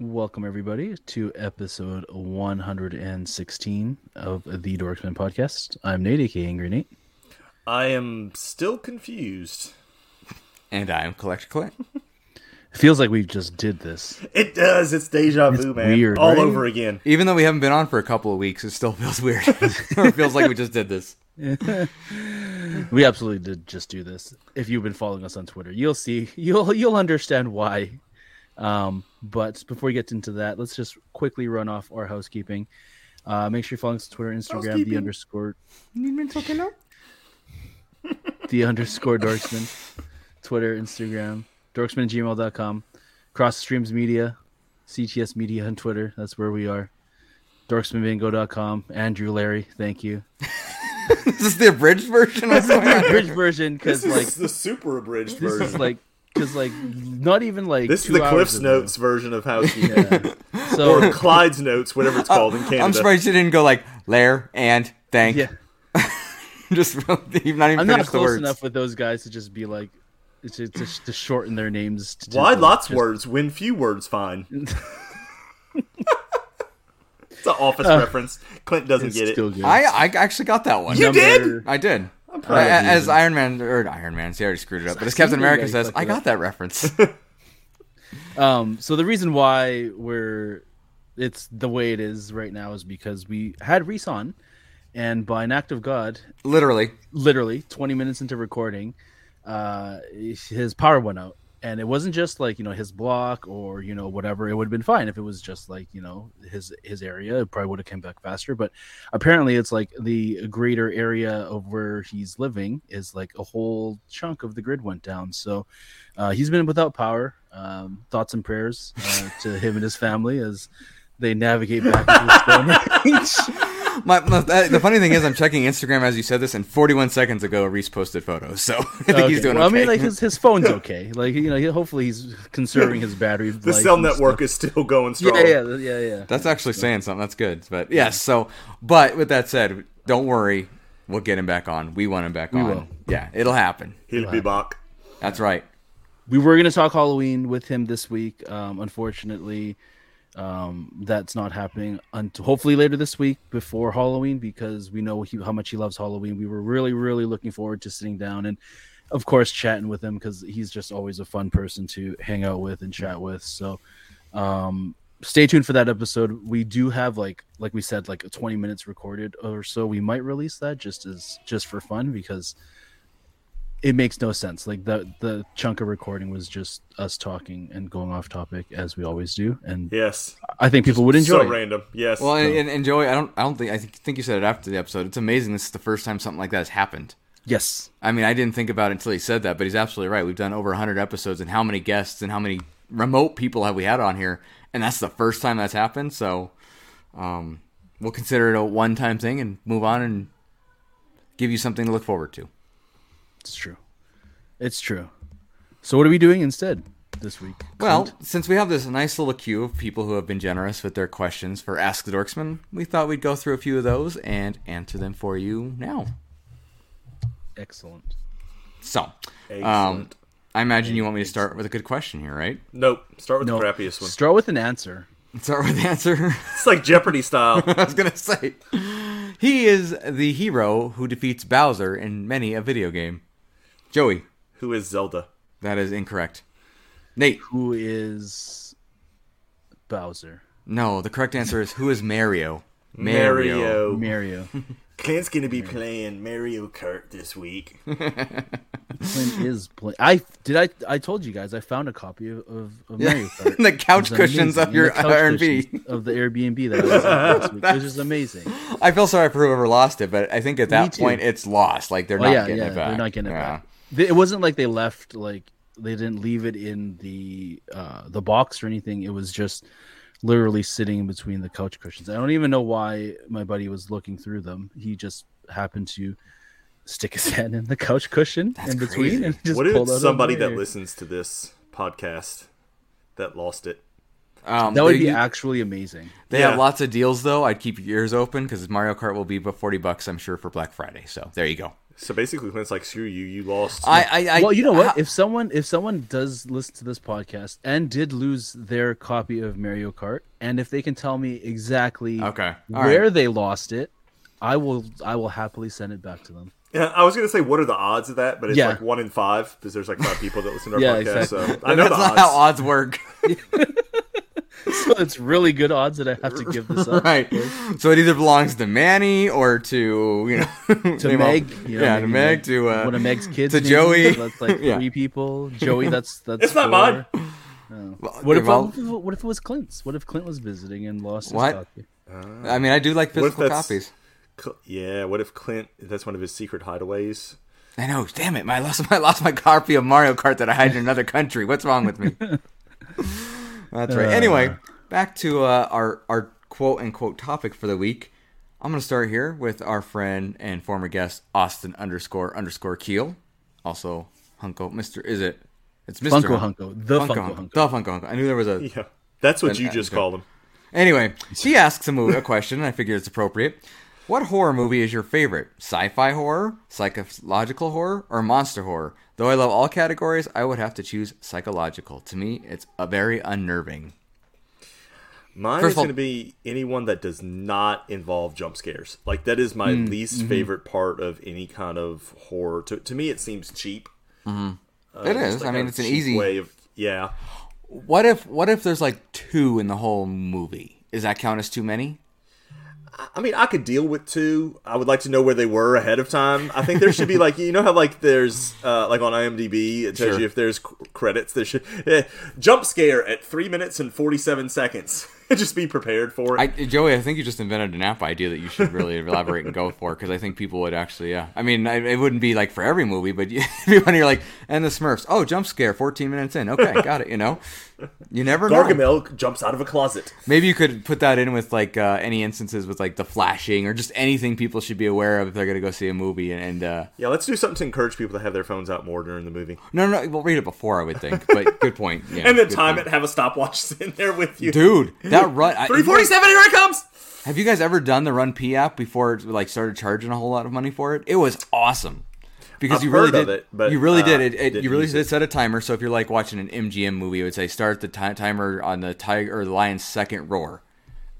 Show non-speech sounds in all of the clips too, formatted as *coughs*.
Welcome, everybody, to episode 116 of the Dorksman podcast. I'm Nate, aka Angry Nate. I am still confused. And I am Collector Clint. It feels like we just did this. It does. It's deja vu, man. weird, All right? over again. Even though we haven't been on for a couple of weeks, it still feels weird. *laughs* it feels like we just did this. We absolutely did just do this. If you've been following us on Twitter, you'll see, you'll you'll understand why. Um, but before we get into that, let's just quickly run off our housekeeping. Uh, make sure you're following us on Twitter, Instagram, the Housekeeping. underscore the underscore dorksman twitter instagram dorksman at gmail.com cross streams media cts media on twitter that's where we are dorksmanbingo.com andrew larry thank *laughs* you Is *laughs* this the abridged *laughs* version? What's going on? bridge version because This is like the super abridged this version. is like because like not even like this is two the hours Cliff's ago. Notes version *laughs* of housekeeping. so Or Clyde's Notes, *laughs* whatever it's called in Canada. I'm surprised you didn't go like lair and *laughs* thank. yeah *laughs* just *laughs* you've not even i'm not finished the close words. enough with those guys to just be like to, to, to shorten their names to, Why to, lots just- words when few *laughs* words fine? it's an office reference. Clint doesn't Uh, it's get it. still good. I, I actually got that one. You did? I did. proud of A- you. as Iron Man or Iron Man, see, I already screwed it up. But as Captain Yeah, America you says, fucked I it got that reference. *laughs* Um, so the reason why we're it's the way it is right now is because we had Reese on, and by an act of God, Literally. literally 20 minutes into recording, uh, his power went out. And it wasn't just like you know his block or you know whatever. It would have been fine if it was just like you know his his area. It probably would have come back faster. But apparently, it's like the greater area of where he's living is like a whole chunk of the grid went down. So uh, he's been without power. Um, thoughts and prayers uh, to him and his family as they navigate back to the Stone Age. My, my, uh, the funny thing is, I'm checking Instagram as you said this, and 41 seconds ago, Reese posted photos. So *laughs* I think he's Okay. doing well, okay. I mean, like his, his *laughs* phone's okay. Like you know, he, hopefully he's conserving his battery. The life cell and network stuff. is still going strong. Yeah, yeah, yeah, yeah. That's actually saying something. That's good. But yes, so but with that said, don't worry. We'll get him back on. We want him back on. will. Yeah, it'll happen. He'll be back. That's right. we were gonna talk Halloween with him this week. Um, unfortunately, um, that's not happening. Until hopefully later this week before Halloween, because we know he, how much he loves Halloween. We were really, really looking forward to sitting down and, of course, chatting with him because he's just always a fun person to hang out with and chat with. So, um, stay tuned for that episode. We do have like, like we said, like 20 minutes recorded or so. We might release that just as just for fun because it makes no sense. Like the the chunk of recording was just us talking and going off topic as we always do, and Yes. I think people would enjoy. So it. random. Yes. Well, and, and, and Joey, I don't, I don't think, I think- think you said it after the episode. It's amazing. This is the first time something like that has happened. Yes, I mean, I didn't think about it until he said that, but he's absolutely right. We've done over 100 episodes, and how many guests and how many remote people have we had on here? And that's the first time that's happened. So, um, we'll consider it a one-time thing and move on and give you something to look forward to. it's true. It's true. So what are we doing instead this week? Well, since we have this nice little queue of people who have been generous with their questions for Ask the Dorksman, we thought we'd go through a few of those and answer them for you now. excellent. So, um, Excellent. I imagine you want me to start with a good question here, right? *laughs* nope. Start with No, the crappiest one. start with an answer. Start with the answer. *laughs* It's like Jeopardy style. *laughs* I was gonna say he is the hero who defeats Bowser in many a video game. Joey, Who is Zelda? that is incorrect. Nate, Who is Bowser? no, the correct answer is who is Mario? Oh. Mario. Clint's gonna be playing Mario Kart this *laughs* week. *laughs* Clint is play- I did. I I told you guys I found a copy of, *laughs* of, of Mario Kart. the couch It's cushions amazing. of And your the couch Airbnb. cushions of the Airbnb that I was in last week, which *laughs* is amazing. I feel sorry for whoever lost it, but I think at that too. point it's lost. Like they're Oh not yeah, getting yeah, it back. they're not getting it Yeah. back. They- It wasn't like they left like they didn't leave it in the uh the box or anything. It was just literally sitting in between the couch cushions. I don't even know why my buddy was looking through them. He just happened to stick his *laughs* hand in the couch cushion in between crazy. and just What pulled if out a somebody mirror. that listens to this podcast that lost it? Um, That would they- be actually amazing. They Yeah. have lots of deals though. I'd keep your ears open because Mario Kart will be about forty bucks, I'm sure, for Black Friday. So there you go. So basically, Clint's like, screw you, you lost. I, I, I well, you know *laughs* what? I- if someone if someone does listen to this podcast and did lose their copy of Mario Kart, and if they can tell me exactly okay, all right. where they lost it, I will I will happily send it back to them. *laughs* Yeah, *laughs* I was gonna say, what are the odds of that? But it's Yeah. like one in five because there's like five people that listen to *laughs* our Yeah, podcast. So I know That's the not odds. how odds work, *laughs* So it's really good odds that I have to give this *laughs* up. right? So it either belongs to Manny or to you know To *laughs* name all- Meg, you know, yeah, to maybe Meg, like to uh, one of *laughs* Meg's kids, to maybe, Joey. That's like *laughs* Yeah. three people. Joey, *laughs* that's that's. It's not four. well, What if, well, what if it was Clint's? What if Clint was visiting and lost What? his copy? I mean, I do like if physical that's- copies. Cl- Yeah, what if Clint? That's one of his secret hideaways. *laughs* I know. Damn it! My I lost *laughs* my I lost my copy of Mario Kart that I had in another country. What's wrong *laughs* with me? That's right. Anyway, back to uh, our our quote unquote topic for the week. I'm gonna start here with our friend and former guest Austin underscore underscore Keel, also Hunko Mister. Is it? It's Mister Funko Hunko, the Funko, Hunko. The Funko Hunko. I knew there was a Yeah, that's what An you just actor. call him. Anyway, she asks a, movie, a question, and I figured it's appropriate. What horror movie is your favorite? Sci fi horror, psychological horror, or monster horror? Though I love all categories, I would have to choose psychological. To me, it's a very unnerving. Mine First is of all- going to be anyone that does not involve jump scares. Like that is Hmm. my least Mm-hmm. favorite part of any kind of horror. To, to me, it seems cheap. Uh, It just is. like I mean, a it's an cheap easy- way of yeah. What if what if there's like two in the whole movie? Is that count as too many? I mean, I could deal with two. I would like to know where they were ahead of time. I think there should be *laughs* like you know how like there's uh, like on IMDb it tells Sure. you if there's c- credits. There should eh, jump scare at three minutes and forty seven seconds. *laughs* Just be prepared for it. I, Joey, I think you just invented an app idea that you should really elaborate and go for because I think people would actually, yeah. I mean, I, it wouldn't be like for every movie, but *laughs* you, when you're like, and the Smurfs, oh, jump scare, 14 minutes in, okay, got it. You know, you never know. Gargamel jumps out of a closet. Maybe you could put that in with like uh, any instances with like the flashing or just anything people should be aware of if they're gonna go see a movie. And, and uh, Yeah, let's do something to encourage people to have their phones out more during the movie. no, no, no, we'll read it before, I would think. But good point. *laughs* Yeah, and then good time point. it, have a stopwatch *laughs* in there with you. dude. That run, I- three forty seven, here it comes. Have you guys ever done the Run P app before it like started charging a whole lot of money for it? It was awesome. Because I've you really heard of did, it, but, you really uh, did. It, it didn't you really use did set a timer. So if you're like watching an MGM movie, it would say start the ti- timer on the tiger or the lion's second roar,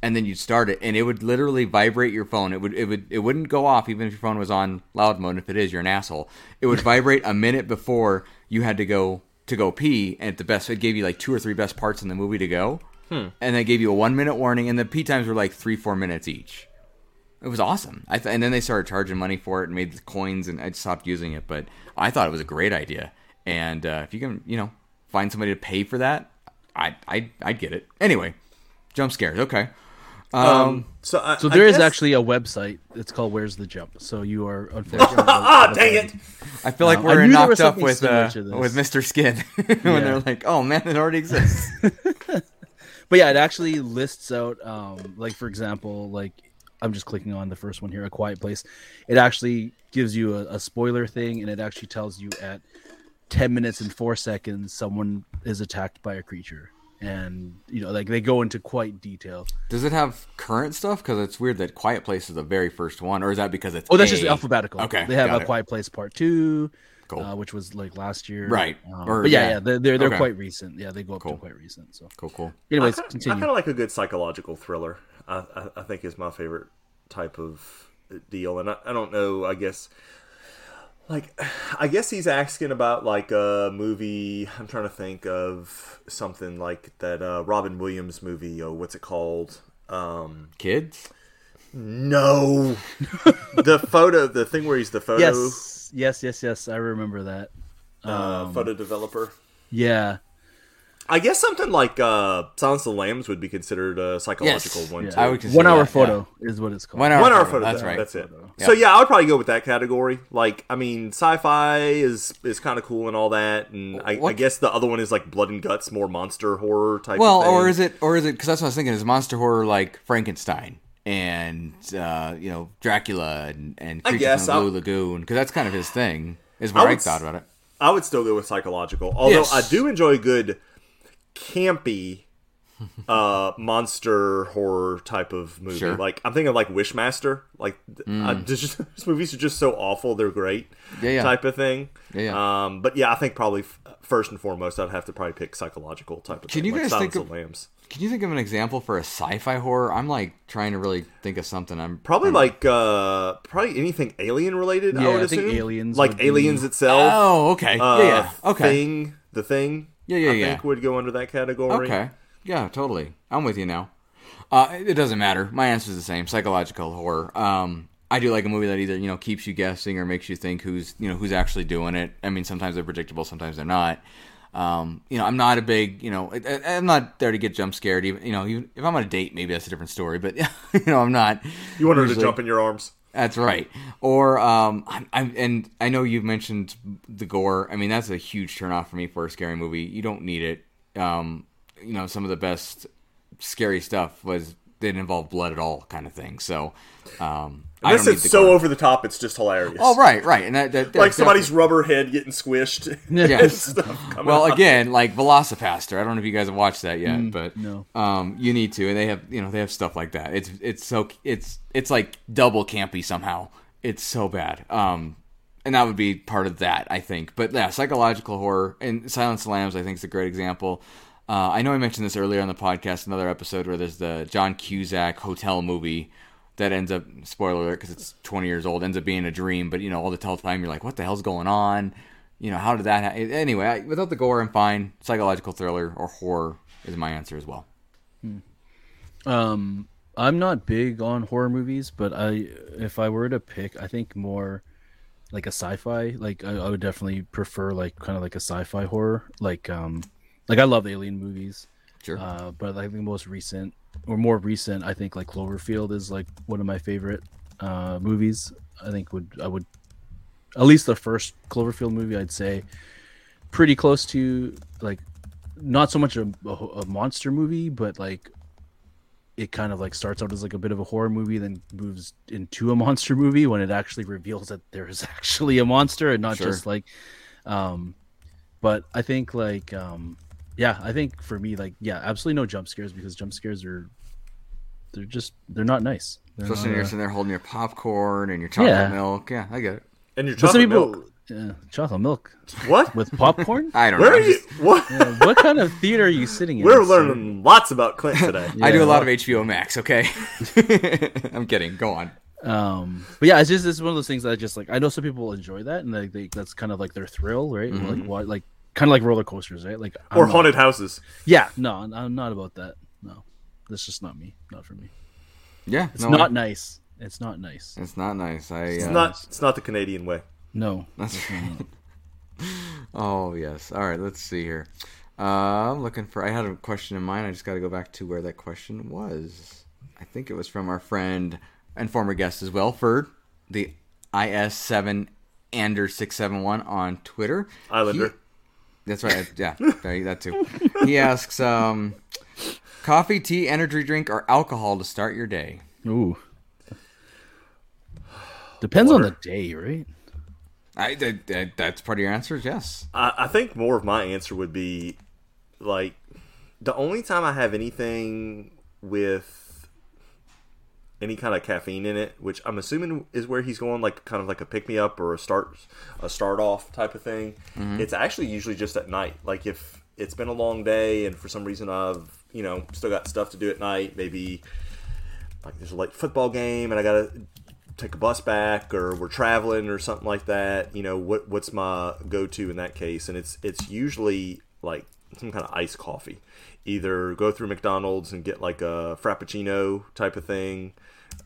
and then you'd start it, and it would literally vibrate your phone. It would it would it wouldn't go off even if your phone was on loud mode. If it is, you're an asshole. It would vibrate a minute before you had to go to go pee, and the best it gave you like two or three best parts in the movie to go, and they gave you a one minute warning, and the pee times were like three four minutes each. It was awesome. I th- and then they started charging money for it and made the coins, and I stopped using it. But I thought it was a great idea. And uh, if you can, you know, find somebody to pay for that, I I I'd get it. Anyway, jump scares. Okay. Um, So, I, So I there is guess- actually a website. It's called "Where's the Jump." So you are *laughs* unfortunately. ah, dang it. I feel like um, I we're knew there was knocked up something with similar uh, to this. with Mr. Skid *laughs* when Yeah. they're like, "Oh man, it *laughs* already exists." But yeah, it actually lists out, um, like for example, like I'm just clicking on the first one here, "A Quiet Place." It actually gives you a, a spoiler thing, and it actually tells you at 10 minutes and four seconds, someone is attacked by a creature, and you know, like they go into quite detail. Does it have current stuff? Because it's weird that Quiet Place is the very first one, or is that because it's Oh, that's a- just alphabetical. Okay, they have got a it. Quiet Place Part Two, Cool. uh, which was like last year, Right. Um, Or- but yeah, yeah. yeah, they're they're, they're Okay. quite recent. Yeah, they go up Cool. to quite recent. So, Cool, cool. anyways, I- I continue. kind of like a good psychological thriller. I, I, I think is my favorite type of deal, and I, I don't know. I guess, like, I guess he's asking about like a movie. I'm trying to think of something like that uh, Robin Williams movie. Oh, what's it called? Um, Kids. *laughs* no, the photo, the thing where he's the photo Yes, Um, yes, yes, yes. I remember that. uh, photo developer. Yeah. I guess something like uh, Silence of the Lambs would be considered a psychological one Yeah. too. I would consider one hour that, yeah. photo is what it's called. One hour. One hour photo, photo. that's That's right. That's it. Yeah. So yeah, I would probably go with that category. Like, I mean, sci-fi is is kind of cool and all that, and I, I What- guess the other one is like blood and guts, more monster horror type. Well, of thing. or is it, or is it? Because that's what I was thinking. Is monster horror like Frankenstein and uh, you know Dracula and, and I Creatures guess from the Blue I'll- Lagoon? Because that's kind of his thing. Is what I, would s- thought about it. I would still go with psychological, although Yes. I do enjoy a good campy uh, monster horror type of movie. Sure. Mm. Like I'm thinking like Wishmaster. Like th- I just, *laughs* these movies are just so awful they're great. Yeah, yeah. Type of thing. Yeah, yeah. Um, but yeah, I think probably f- first and foremost, I'd have to probably pick psychological type of. Can thing, you like guys Silence think of of- Lambs? Can you think of an example for a sci-fi horror? I'm like trying to really think of something. I'm Probably like uh, probably anything alien related. Yeah, I would I think assume. aliens would like be- aliens itself. Oh, okay. uh, yeah, yeah. Okay. Thing, the thing. Yeah, yeah, I yeah. think would go under that category. Okay. Yeah, totally. I'm with you now. Uh, it it doesn't matter. My answer's the same. Psychological horror. Um, I do like a movie that either you know keeps you guessing or makes you think who's you know who's actually doing it. I mean, sometimes they're predictable, sometimes they're not. Um, you know, I'm not a big you know I- I, I'm not there to get jump scared. Even you know, even if I'm on a date, maybe that's a different story. But *laughs* you know, I'm not. You want her to usually- jump in your arms. that's right. Or um, I'm, I'm, and I know you've mentioned the gore. I mean, that's a huge turnoff for me for a scary movie. You don't need it. Um, you know, some of the best scary stuff was didn't involve blood at all, kind of thing. So, um, I Unless don't need it's the so gore. over the top, it's just hilarious. Oh, right, right, and that, that, that like somebody's rubber head getting squished. *laughs* *laughs* Yeah. and stuff coming *laughs* well out. again like velocipaster i don't know if you guys have watched that yet but no. um, you need to and they have you know they have stuff like that it's it's so it's it's like double campy somehow it's so bad um and that would be part of that i think but yeah psychological horror and silence of the lambs i think is a great example uh, i know i mentioned this earlier on the podcast another episode where there's the john cusack hotel movie that ends up spoiler alert because it's 20 years old ends up being a dream but you know all the tell time you're like what the hell's going on you know how did that ha- anyway I, without the gore i'm fine psychological thriller or horror is my answer as well Um, I'm not big on horror movies, but I, if I were to pick, I think more like a sci-fi. Like I, I would definitely prefer like kind of like a sci-fi horror. Like um, like I love alien movies, sure uh, but I think the most recent or more recent, I think like Cloverfield is like one of my favorite uh movies. I think would I would at least the first Cloverfield movie I'd say pretty close to like not so much a, a, a monster movie, but like it kind of like starts out as like a bit of a horror movie, then moves into a *laughs* monster movie when it actually reveals that there is *laughs* actually a monster and not Sure. just like. Um, but I think like um, yeah, I think for me like yeah, absolutely no jump scares because jump scares are they're just they're not nice. They're especially not, when you're uh, sitting there holding your popcorn and your chocolate Yeah. milk yeah i get it and your but some chocolate people milk. Yeah, chocolate milk What? with *laughs* popcorn. i don't Where know are I'm you? just- *laughs* What? Yeah, what kind of theater are you sitting in? We're sir? learning lots about Clint *laughs* today. i do Yeah. a lot of hbo max okay *laughs* i'm kidding go on um but yeah it's just it's one of those things that I just like i know some people enjoy that and like they, that's kind of like their thrill right like what like kind of like roller coasters right like I'm Or not- haunted houses. yeah no i'm not about that no that's just not me not for me yeah it's not nice it's not nice it's not nice i It's uh, not. It's not the Canadian way. no That's right. oh yes. All right. Let's see here. Uh, I'm looking for. I had a question in mind. I just got to go back to where that question was. I think it was from our friend and former guest as well, Ferd, the IS7 Ander six seven one on Twitter. Islander. He- that's right. Yeah, there, that too. He asks, um, coffee, tea, energy drink, or alcohol to start your day. ooh *sighs* depends on the day right I, I, I- that's part of your answers. Yes. I, I think more of my answer would be like the only time I have anything with any kind of caffeine in it, which I'm assuming is where he's going, like kind of like a pick me up or a start a start off type of thing. Mm-hmm. It's actually usually just at night. Like if it's been a long day and for some reason I've you know still got stuff to do at night, maybe like there's a late football game and I gotta take a bus back or we're traveling or something like that. You know what what's my go to in that case? And it's it's usually like some kind of iced coffee. Either go through McDonald's and get like a frappuccino type of thing,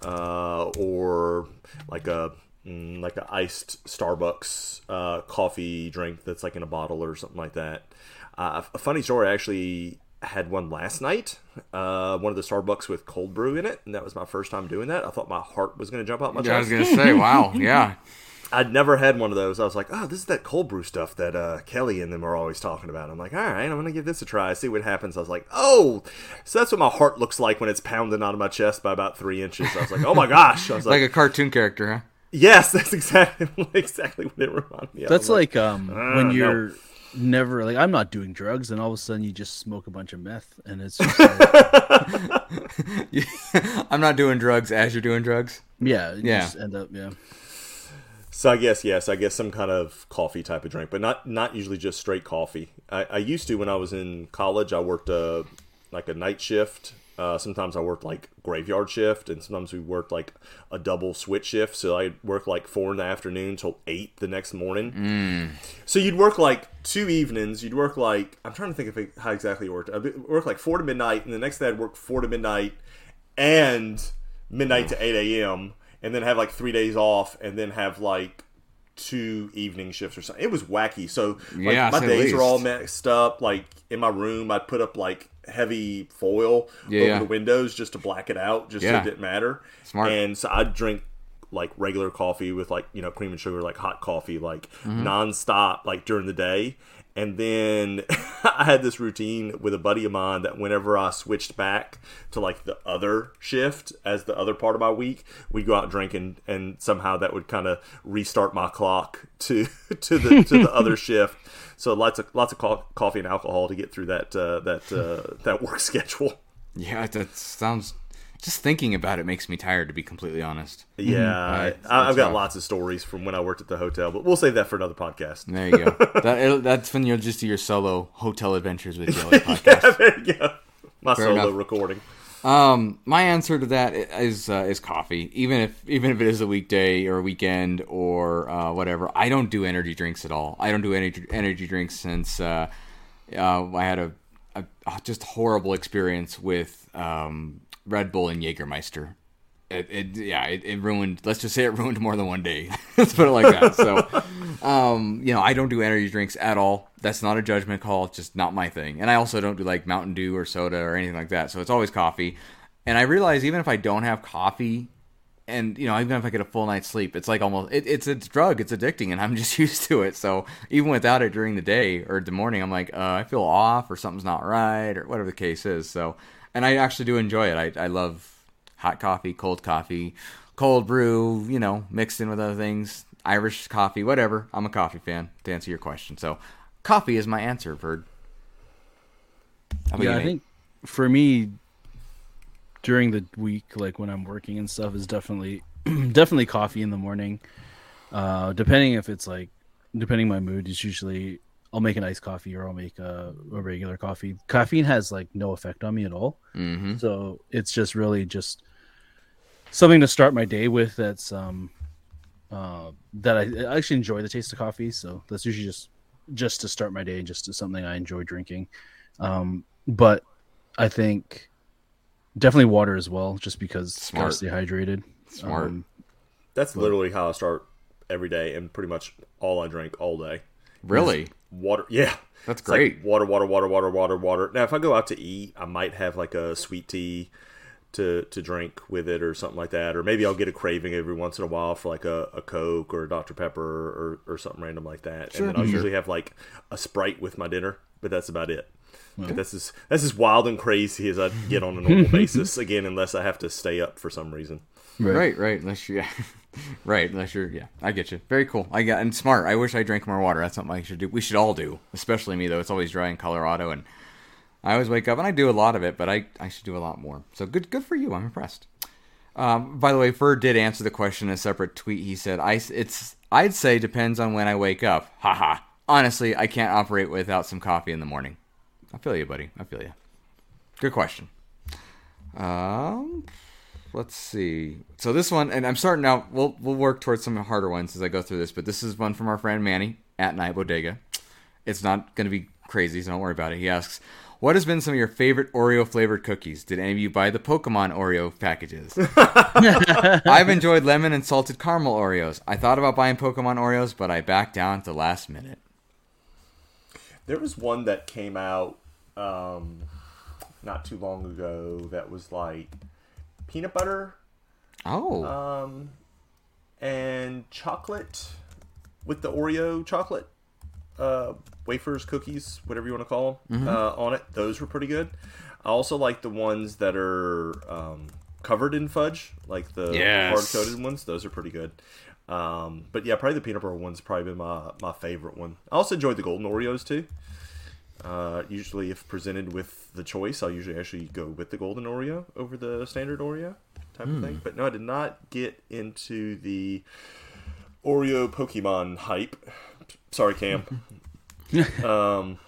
uh, or like a mm, like a iced Starbucks uh, coffee drink that's like in a bottle or something like that. Uh, a funny story, I actually had one last night, uh, one of the Starbucks with cold brew in it, and that was my first time doing that. I thought my heart was going to jump out my Yeah, I was chest. gonna say. Wow. Yeah. I'd never had one of those. I was like, oh, this is that cold brew stuff that uh, Kelly and them are always talking about. I'm like, all right, I'm going to give this a try, see what happens. I was like, oh, so that's what my heart looks like when it's pounding out of my chest by about three inches. I was like, oh my gosh. I was like, Like a cartoon character, huh? yes, that's *laughs* exactly exactly what it reminded me of. that's I'm like um when no. you're never like I'm not doing drugs, and all of a sudden you just smoke a bunch of meth, and it's just like, *laughs* I'm not doing drugs as you're doing drugs. yeah, you Yeah. just end up yeah. So I guess yes, I guess some kind of coffee type of drink, but not not usually just straight coffee. I, I used to when I was in college. I worked a like a night shift. Uh, sometimes I worked like graveyard shift, and sometimes we worked like a double switch shift. So I worked like four in the afternoon till eight the next morning. So you'd work like two evenings. You'd work like I'm trying to think of it- how exactly it worked. I'd work like four to midnight, and the next day I'd work four to midnight and midnight to eight a.m. and then have like three days off, and then have like two evening shifts or something. It was wacky. So like, Yeah, my at days are all least. messed up. Like in my room, I'd put up like heavy foil Yeah, over yeah. the windows just to black it out, just so Yeah. it didn't matter. Smart. And so I'd drink like regular coffee with like you know cream and sugar, like hot coffee, like nonstop, like during the day. And then *laughs* I had this routine with a buddy of mine that whenever I switched back to like the other shift as the other part of my week, we'd go out drinking, and somehow that would kind of restart my clock *laughs* to to the to the other shift. So lots of lots of co- coffee and alcohol to get through that uh, that uh, that work *laughs* schedule. Yeah, that sounds. Just thinking about it makes me tired, to be completely honest. Yeah, Alright, I, I've Mm, that's got rough. lots of stories from when I worked at the hotel, but we'll save that for another podcast. There you go. that, it'll, that's when you'll just do your solo hotel adventures with Joey *laughs* podcast. there you go. My solo enough. recording. Um, my answer to that is uh, is coffee. Even if even if it is a weekday or a weekend or uh, whatever, I don't do energy drinks at all. I don't do energy energy drinks since uh, uh, I had a, a just horrible experience with um, Red Bull and Jägermeister. It, it yeah, it, it ruined. Let's just say it ruined more than one day. *laughs* let's put it like that. So. um, you know, I don't do energy drinks at all. That's not a judgment call. It's just not my thing. And I also don't do like Mountain Dew or soda or anything like that. So it's always coffee. And I realize even if I don't have coffee, and you know, even if I get a full night's sleep, it's like almost it, it's a drug. It's addicting, and I'm *laughs* just used to it. So even without it during the day or the morning, I'm like, uh, I feel off or something's not right or whatever the case is. So, and I actually do enjoy it. I I love hot coffee, cold coffee, cold brew, you know, mixed in with other things, Irish coffee, whatever. I'm a coffee fan to answer your question. So, coffee is my answer, Bird. How about yeah, you, I Nate? think for me during the week, like when I'm working and stuff, is definitely *clears throat* definitely coffee in the morning. Uh, depending if it's like depending my mood, it's usually I'll make an iced coffee or I'll make a, a regular coffee. Caffeine has like no effect on me at all, mm-hmm. so it's just really just something to start my day with. That's um uh that I, I actually enjoy the taste of coffee, so that's usually just just to start my day, just to something I enjoy drinking. Um, but I think definitely water as well, just because Smart. gotta stay hydrated. Smart. Um, That's literally how I start every day and pretty much all I drink all day. really? Water. Yeah. That's It's like great. water, water, water, water, water, water. Now, if I go out to eat, I might have like a sweet tea to, to drink with it or something like that. Or maybe I'll get a craving every once in a while for like a, a Coke or a Dr. Pepper or, or something random like that. and then I'll usually have like a Sprite with my dinner, but that's about it. That's as that's as wild and crazy as I get on a normal basis. Again, unless I have to stay up for some reason. Right. Right, right. Unless you, *laughs* yeah. right, unless you're, yeah. I get you. Very cool. I got and smart. I wish I drank more water. That's something I should do. We should all do, especially me though. It's always dry in Colorado, and I always wake up and I do a lot of it, but I I should do a lot more. So good, good for you. I'm impressed. Um, by the way, Fur did answer the question in a separate tweet. He said, "I s- it's I'd say depends on when I wake up. Haha. Honestly, I can't operate without some coffee in the morning. I feel you, buddy. I feel you. Good question. Um, let's see. So this one, and I'm starting out. We'll we'll work towards some harder ones as I go through this. But this is one from our friend Manny at Night Bodega. It's not going to be crazy, so don't worry about it. He asks, "What has been some of your favorite Oreo flavored cookies? Did any of you buy the Pokemon Oreo packages?" I've enjoyed lemon and salted caramel Oreos. I thought about buying Pokemon Oreos, but I backed down at the last minute. There was one that came out um, not too long ago that was like peanut butter Oh, Uh, um, and chocolate with the Oreo chocolate uh, wafers, cookies, whatever you want to call them, uh, on it. Those were pretty good. I also like the ones that are um, covered in fudge, like the Yes. hard coated ones. Those are pretty good. Um, but yeah, probably the peanut butter one's probably been my my favorite one. I also enjoy the golden Oreos too. Uh, usually, if presented with the choice, I'll usually actually go with the golden Oreo over the standard Oreo type of thing. But no, I did not get into the Oreo Pokemon hype. Sorry, Cam. um,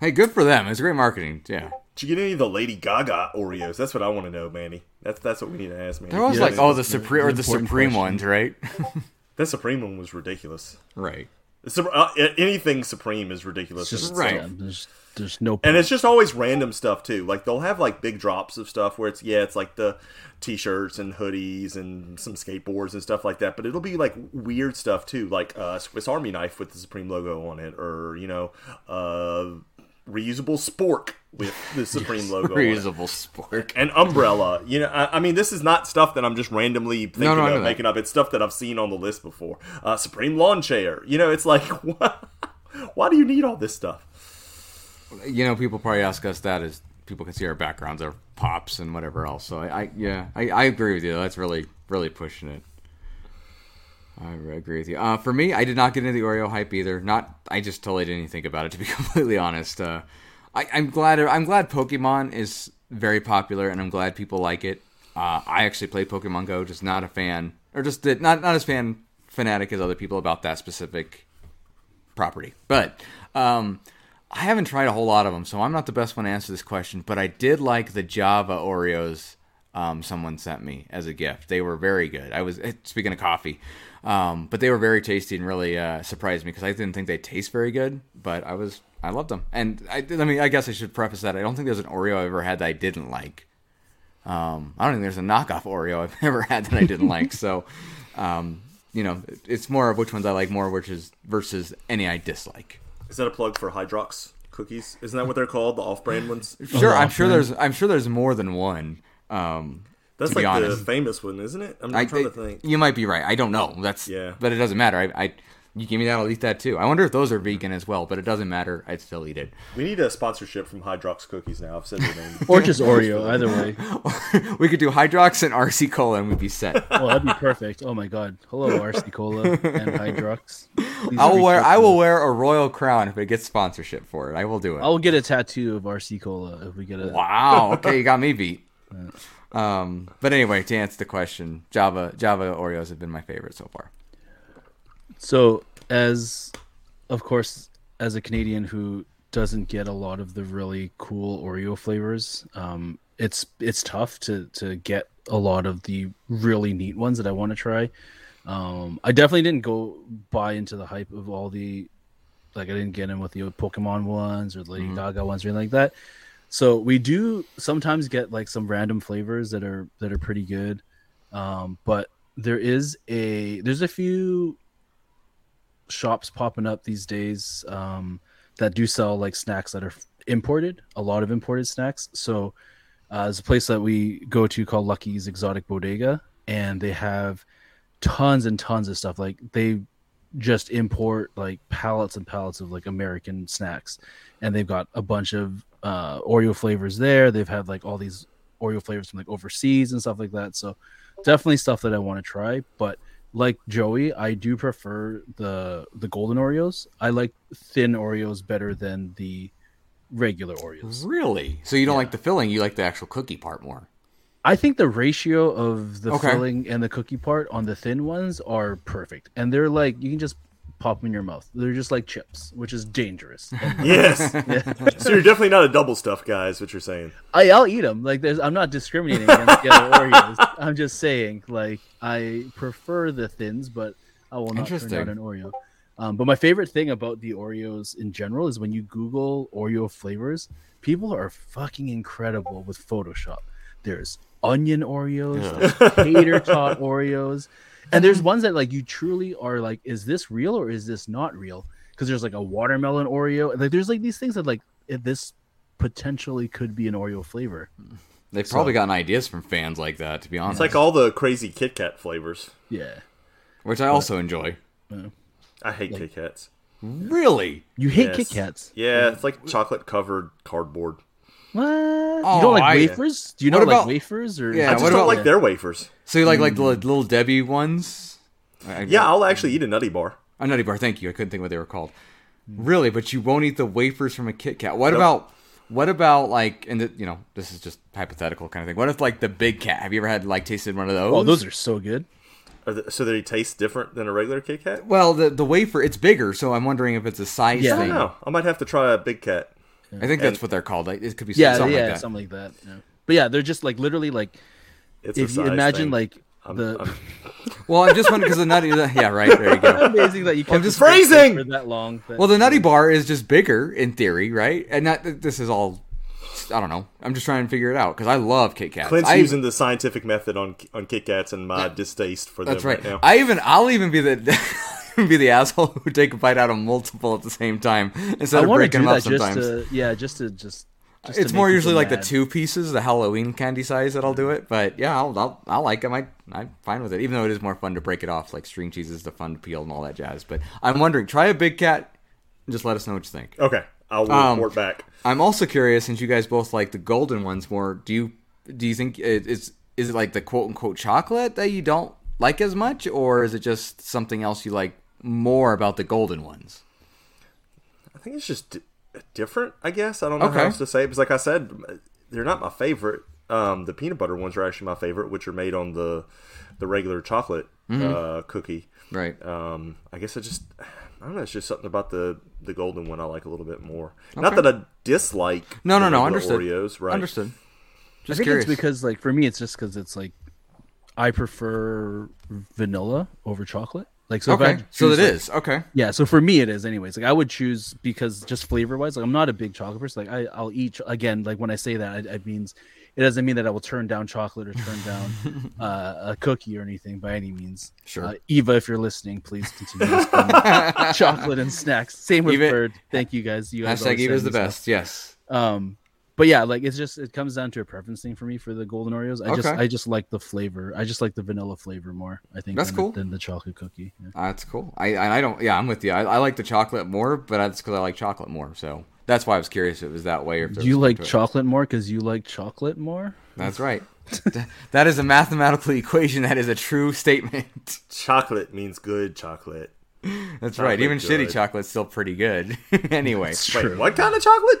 Hey, good for them. It's great marketing. Yeah. did you get any of the Lady Gaga Oreos? That's what I want to know, Manny. That's that's what we need to ask Manny. They're always Yeah, like, that's- oh, the Supreme or an the important Supreme question. ones, right? *laughs* that Supreme one was ridiculous. right. Sup- uh, anything Supreme is ridiculous. It's just Right. yeah, there's there's no And it's just always random stuff too. Like they'll have like big drops of stuff where it's yeah, it's like the t-shirts and hoodies and some skateboards and stuff like that. But it'll be like weird stuff too, like uh, Swiss Army knife with the Supreme logo on it, or you know, uh, reusable spork with the Supreme logo. on it. Reusable spork. An umbrella, you know. I, I mean, this is not stuff that I'm just randomly thinking no, I know of that. making up. It's stuff that I've seen on the list before. Uh, Supreme lawn chair, you know. It's like, *laughs* what? why do you need all this stuff? You know, people probably ask us that as people can see our backgrounds, our pops, and whatever else. So I, I yeah, I, I agree with you. That's really, really pushing it. I re- agree with you. Uh, for me, I did not get into the Oreo hype either. Not, I just totally didn't think about it to be *laughs* completely honest. Uh, I, I'm glad. I'm glad Pokemon is very popular, and I'm glad people like it. Uh, I actually play Pokemon Go, just not a fan, or just did, not not as fan fanatic as other people about that specific property. But um, I haven't tried a whole lot of them, so I'm not the best one to answer this question. But I did like the Java Oreos um, someone sent me as a gift. They were very good. I was eh, speaking of coffee, um, but they were very tasty and really uh, surprised me because I didn't think they taste very good, but I was I loved them. And I, I mean, I guess I should preface that I don't think there's an Oreo I ever had that I didn't like. Um, I don't think there's a knockoff Oreo I've *laughs* ever had that I didn't like. So, um, you know, it- it's more of which ones I like more, which is versus any I dislike. Is that a plug for Hydrox cookies? Isn't that what they're called? The off-brand *sighs* ones. Sure, I'm sure Often. there's I'm sure there's more than one. Um, That's to be like the honest. famous one, isn't it? I'm, I, I'm trying to think. You might be right. I don't know. That's Yeah. but it doesn't matter. I, I you give me that, I'll eat that too. I wonder if those are vegan as well, but it doesn't matter. I'd still eat it. *laughs* We need a sponsorship from Hydrox cookies now. I've said their name. *laughs* or just Oreo. Either way, we could do Hydrox and RC Cola, and we'd be set. well, that'd be perfect. Oh my god! Hello, RC Cola and Hydrox. Please I'll reach wear out I to will us. wear a royal crown if it gets sponsorship for it. I will do it. I'll get a tattoo of RC Cola if we get a. *laughs* Wow. Okay, you got me beat. Um, but anyway, to answer the question, Java Java Oreos have been my favorite so far. So, as of course, as a Canadian who doesn't get a lot of the really cool Oreo flavors, um, it's it's tough to to get a lot of the really neat ones that I want to try. Um, I definitely didn't go buy into the hype of all the like I didn't get in with the Pokemon ones or the Lady Gaga ones or anything like that. So we do sometimes get like some random flavors that are that are pretty good, um, but there is a there's a few shops popping up these days um, that do sell like snacks that are imported, a lot of imported snacks. So uh, there's a place that we go to called Lucky's Exotic Bodega, and they have tons and tons of stuff. Like they just import like pallets and pallets of like American snacks, and they've got a bunch of uh, Oreo flavors there. They've had like all these Oreo flavors from like overseas and stuff like that. So definitely stuff that I want to try. But like Joey, I do prefer the the golden Oreos. I like thin Oreos better than the regular Oreos. Really? So you don't like the filling? You like the actual cookie part more? I think the ratio of the Okay. filling and the cookie part on the thin ones are perfect, and they're like you can just pop them in your mouth. They're just like chips, which is dangerous. And *laughs* *laughs* yes. So you're definitely not a double stuff guy. Is what you're saying? I, I'll eat them. Like there's, I'm not discriminating against the other Oreos. I'm just saying, like I prefer the thins, but I will not turn Interesting. down an Oreo. Um, but my favorite thing about the Oreos in general is when you Google Oreo flavors, people are fucking incredible with Photoshop. There's onion Oreos, there's tater tot Oreos, and there's ones that like you truly are like, is this real or is this not real? Because there's like a watermelon Oreo. Like there's like these things that like if this potentially could be an Oreo flavor. They've probably gotten ideas from fans like that, to be honest. It's like all the crazy Kit Kat flavors. Yeah. which I also enjoy. I hate Kit Kats. Really? You hate Yes. Kit Kats. Yeah, it's like chocolate covered cardboard. What? Oh, you don't like I- wafers? Do you What not about- like wafers or I Yeah, I just what don't about- like their wafers. So you like like the little Debbie ones? I- I- Mm. Yeah, I'll actually eat a nutty bar. A nutty bar. Thank you. I couldn't think what they were called. Really, but you won't eat the wafers from a Kit Kat. What about what about like and the, you know this is just hypothetical kind of thing. What if like the Big Cat? Have you ever had like tasted one of those? Oh, those are so good. Are the, so they taste different than a regular Kit Kat? well the the wafer it's bigger, so I'm wondering if it's a size Yeah. I thing. don't know. I might have to try a Big Cat. I think that's what they're called. Like, it could be Yeah, something yeah, like that. something like that. Yeah. But yeah, they're just like literally like It's a if you size imagine thing. like the Well, I'm just wondering because the nutty *laughs* yeah right there you go. *laughs* amazing that you kept just this secret phrasing! for that long. That, Well, the nutty bar is just bigger in theory, right? And not this is all. I don't know. I'm just trying to figure it out because I love Kit Kats. Clint's I, using the scientific method on on Kit Kats and my distaste for them That's right. now. I even I'll even be the *laughs* be the asshole who take a bite out of multiple at the same time instead I of want to breaking do them up that just sometimes. to yeah, just to just. just to it's more make usually people like the mad. two pieces, the Halloween candy size that I'll do it. But yeah, I'll I'll, I'll like them. I I'm fine with it, even though it is more fun to break it off. Like string cheese is the fun to peel and all that jazz. But I'm wondering, try a big cat. and Just let us know what you think. okay, I'll Um, report back. I'm also curious, since you guys both like the golden ones more, do you do you think it, it's is it like the quote unquote chocolate that you don't like as much, or is it just something else you like more about the golden ones? I think it's just di- different. I guess I don't know Okay. how else to say it because, like I said, they're not my favorite. Um, the peanut butter ones are actually my favorite, which are made on the the regular chocolate Mm-hmm. uh, cookie. Right. Um, I guess I just I don't know. It's just something about the the golden one I like a little bit more. Okay. Not that I dislike No, no, the no. regular Understood. Oreos, right? Understood. I Just think curious. it's because like for me, it's just because it's like I prefer vanilla over chocolate. Like so, if I had okay, to so choose, it like- is okay. Yeah, so for me it is anyways. Like I would choose because just flavor wise, like I'm not a big chocolate person. Like I, I'll eat ch- again. Like when I say that, it, it means it doesn't mean that I will turn down chocolate or turn down *laughs* uh, a cookie or anything by any means. Sure. uh, Eva, if you're listening, please continue. to *laughs* spend chocolate and snacks. Same with Eva- Bird. Thank you guys. You guys Hashtag always Eve is the send me stuff. best. Yes. Um, but yeah, like it's just it comes down to a preference thing for me for the golden Oreos. I just Okay. I just like the flavor. I just like the vanilla flavor more. I think That's than, cool. than the chocolate cookie. Yeah. That's cool. I I I don't. Yeah, I'm with you. I, I like the chocolate more, but that's because I like chocolate more. So that's why I was curious if it was that way. Or if there Do you was more like to it. chocolate more because you like chocolate more? That's right. *laughs* that is a mathematical *laughs* equation. That is a true statement. *laughs* Chocolate means good chocolate. That's right. Even good. shitty chocolate's still pretty good. *laughs* anyway. It's Wait, true. *laughs* what kind of chocolate?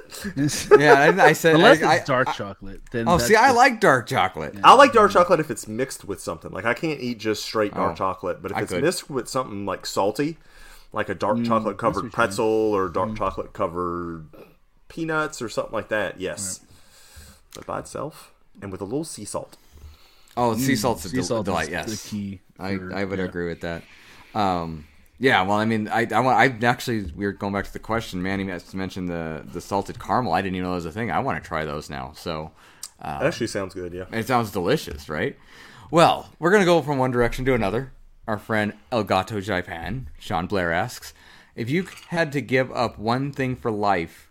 *laughs* Yeah, I, I said. Unless I, it's dark chocolate, then I- oh, that's see, I just- like dark chocolate. I like dark chocolate if it's mixed with something. Like I can't eat just straight dark Oh, chocolate, but if I it's could. Mm, mixed with something like salty, like a dark chocolate what covered you mean. pretzel or dark chocolate covered peanuts or something like that, yes. But by itself and with a little sea salt. Oh, sea salt's a Mm, sea del- salt delight. is Yes, the key. I, for- I would yeah. agree with that. Um, yeah, well, I mean, I, I want. I actually, we were going back to the question. Manny has mentioned the the salted caramel. I didn't even know that was a thing. I want to try those now. So Ah. That actually sounds good, yeah. It sounds delicious, right? Well, we're going to go from one direction to another. Our friend Elgato Japan, Sean Blair asks If you had to give up one thing for life,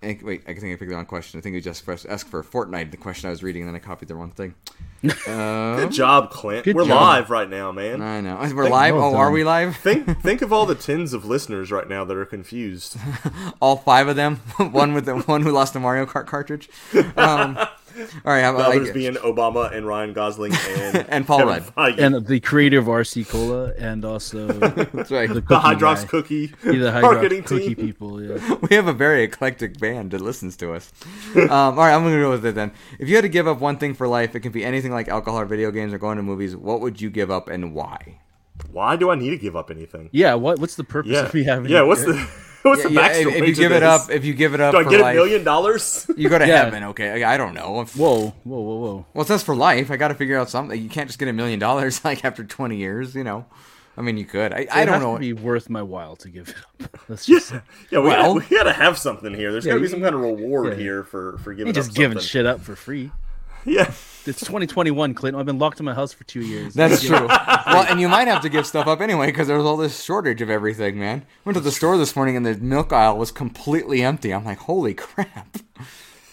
and, wait, I think I picked the wrong question. I think we just first asked for Fortnite, the question I was reading, and then I copied the wrong thing. Good job, Clint. Good We're job. live right now, man. I know. We're live. well Oh, are done. we live? Think think of all the tens of listeners right now that are *laughs* confused. All five of them. *laughs* one with the one who lost a Mario *laughs* Kart cartridge. Um, all right. I'm, Others like, being Obama and Ryan *laughs* Gosling and, And Paul Kevin Rudd. Feige. And the creator of RC Cola and *laughs* also the that's right. the cookie guy. Hydrox cookie the marketing Hydrox cookie team. people. Yeah. *laughs* we have a very eclectic band that listens to us. Um, all right, I'm going to go with it then. If you had to give up one thing for life, it could be anything like alcohol or video games or going to movies. What would you give up and why? Why do I need to give *laughs* up anything? yeah. What What's the purpose Yeah. of me having? yeah. it? What's the *laughs* what's the Yeah, backstory? if, if you to give it this? up, if you give it up do I for get a life, million dollars? *laughs* you go to Yeah. heaven. Okay, I I don't know. If- Whoa, whoa, whoa, whoa. Well, it says for life. I got to figure out something. You can't just get a million dollars *laughs* like after 20 years. You know, I mean, you could. I, I It don't has know. To be worth my while to give it up. *laughs* Let's Yeah, just say. yeah. We, Well- gotta, we gotta have something here. There's Yeah, gotta be you- some kind of yeah. reward here for for giving Ain't just up giving something. shit up for free. *laughs* Yeah, It's 2021, Clinton. I've been locked in my house for two years. That's *laughs* true. well, and you might have to give stuff up anyway because there's all this shortage of everything, man. Went to the store this morning and the milk aisle was completely empty. I'm like, holy *laughs* crap.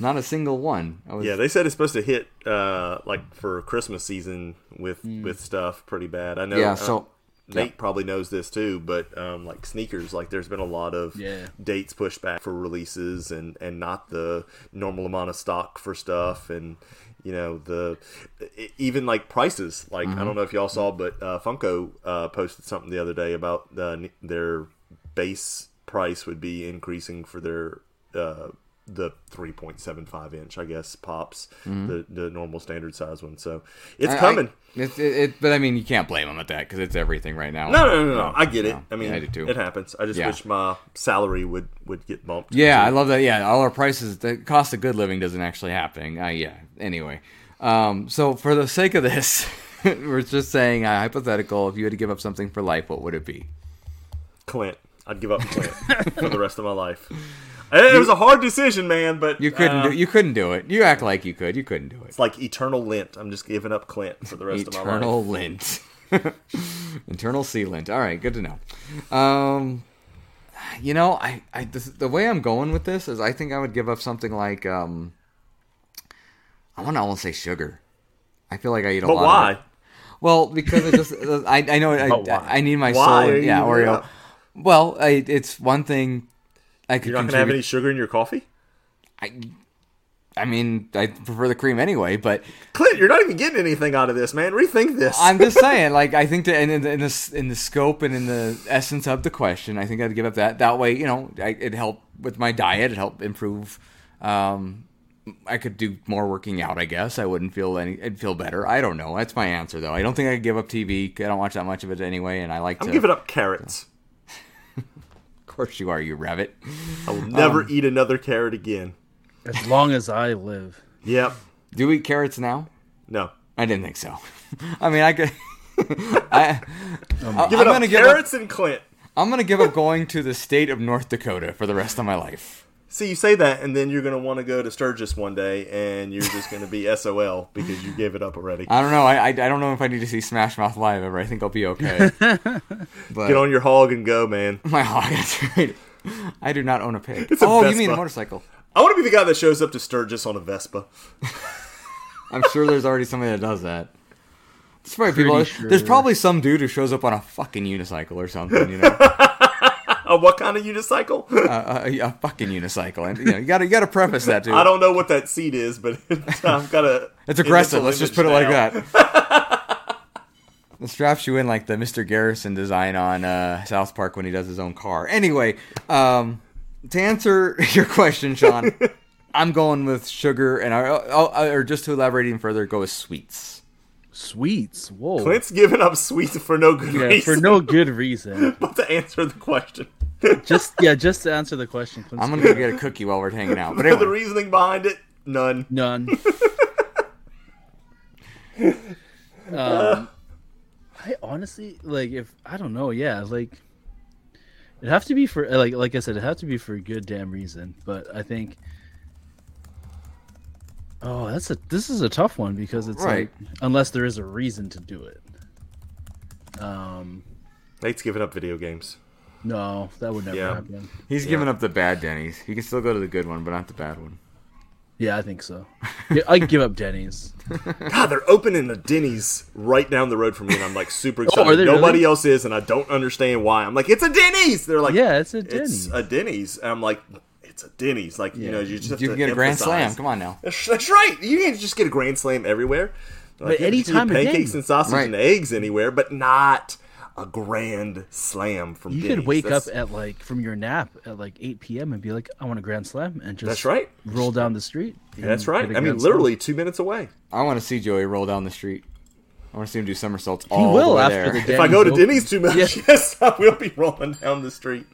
Not a single one. I was, yeah. They said it's supposed to hit uh like for Christmas season with with stuff pretty bad. I know. yeah, uh, so Nate probably knows this too, but um, like sneakers, like there's been a lot of Yeah. dates pushed back for releases and and not the normal amount of stock for stuff and you know the e- even like prices. Like Mm-hmm. I don't know if y'all saw, but uh, Funko uh, posted something the other day about uh, n- their base price would be increasing for their uh, the 3.75 inch, I guess, pops the the normal standard size one. So it's Mm-hmm. I- I- coming. it, it, it- but I mean, you can't blame them at that because it's everything right now. No, no, no, no. I get it. no. I mean, Yeah, I do too. it happens. I just Yeah. wish my salary would would get bumped. Yeah, I love that. Yeah, all our prices, the cost of good living doesn't actually happen. Uh, yeah. Anyway, um, so for the sake of this, *laughs* we're just saying a hypothetical. If you had to give up something for life, what would it be? Clint. I'd give up Clint for the rest of my life. It was a hard decision, man. But You couldn't. uh, do, you couldn't do it. You act like you could. You couldn't do it. it's like eternal lint. I'm just giving up Clint for the rest of my life. Eternal lint. *laughs* Internal sea lint. All right, good to know. Um, you know, I, I this, the way I'm going with this is I think I would give up something like um, I want to almost say sugar. I feel like I eat a But lot. why? Of it. Well, because it just uh, I I know But why? I, I need my Why soul. are in- Yeah, you- Oreo. Well, I, it's one thing. I could You're not gonna have contribute- any sugar in your coffee, I mean, I prefer the cream anyway, but Clint. You're not even getting anything out of this, man. Rethink this. I'm just saying, like I think that in, in, the- in the s- in the scope and in the essence of the question, I think I'd give up that. That way, you know, I, it helped with my diet. It helped improve. Um, I could do more working out. I guess I wouldn't feel any. I'd feel better. I don't know. That's my answer though. I don't think I could give up TV. I don't watch that much of it anyway, and I like I'm to. giving up carrots. of course, you are, you rabbit. I Um, will never eat another carrot again. As long as I live. Yep. Do we eat carrots now? No. I didn't think so. *laughs* I mean, I could. *laughs* I, I, Give it am up. uh, gonna give up. carrots and Clint. I'm gonna give up going to the state of North Dakota for the rest of my life. See, you say that, and then you're going to want to go to Sturgis one day, and you're just going to *laughs* be SOL because you gave it up already. I don't know. I, I, I don't know if I need to see Smash Mouth live ever. I think I'll *laughs* be okay. Get on your hog and go, man. My hog. *laughs* That's right. I do not own a pig. a oh, you Vespa. mean a motorcycle? I want to be the guy that shows up to Sturgis on a Vespa. I'm sure there's already somebody that does that. There's probably people. Pretty There's sure. probably some dude who shows up on a fucking unicycle or something. You know, *laughs* Uh, what kind of unicycle? a, a, a fucking unicycle. And you know, you gotta you gotta preface that dude. I don't know what that seat is, but *laughs* I've got a. *laughs* It's aggressive. mental Let's just image put it like now. that. *laughs* it straps you in like the Mr. Garrison design on uh, South Park when he does his own car. Anyway, um, to answer *laughs* your *laughs* question, Sean, I'm going with sugar, and I, oh, oh, or just to elaborate even further, go with sweets. Sweets. Whoa. Clint's giving up sweets for no good yeah, reason. for *laughs* no good reason. But to answer the *laughs* question, *laughs* Just yeah, just to answer the question. Clint's I'm gonna good. go get a cookie while we're hanging out. But the anyway, reasoning behind it, none. None. um, I honestly like if I don't know. Yeah, like it'd have to be for like like I said, it'd have to be for a good damn reason. But I think. Oh, that's a this is a tough one because it's Right. like unless there is a reason to do it. Um, Nate's giving up video games. no, that would never Yeah. happen. he's giving up the bad Denny's. He can still go to the good one, but not the bad one. Yeah, I think so. Yeah, I give up Denny's. God, they're opening a Denny's right down the road from me, and I'm *laughs* like super excited. Oh, are they Nobody really? else is, and I don't understand why. I'm like, it's a Denny's. They're like, Yeah, it's a it's Denny's. a Denny's. And I'm like, it's a Denny's. Like, you know, you just have You to can get a grand slam. emphasize. Come on now. That's, that's right. You can't just get a grand slam everywhere. But Like, you can any get time of day. pancakes and sausage Right. and eggs anywhere, but not a grand slam from. You Denny's. could wake That's- up at like from your nap at like 8 p.m. and be like, I want a grand slam, and just That's right. roll down the street. That's and right. get a I mean, grand slam. literally two minutes away. I want to see Joey roll down the street. I want to see him do somersaults. He all the will way after *laughs* there. the day. If I go to Denny's too much, Yeah. *laughs* yes, I will be rolling down the street.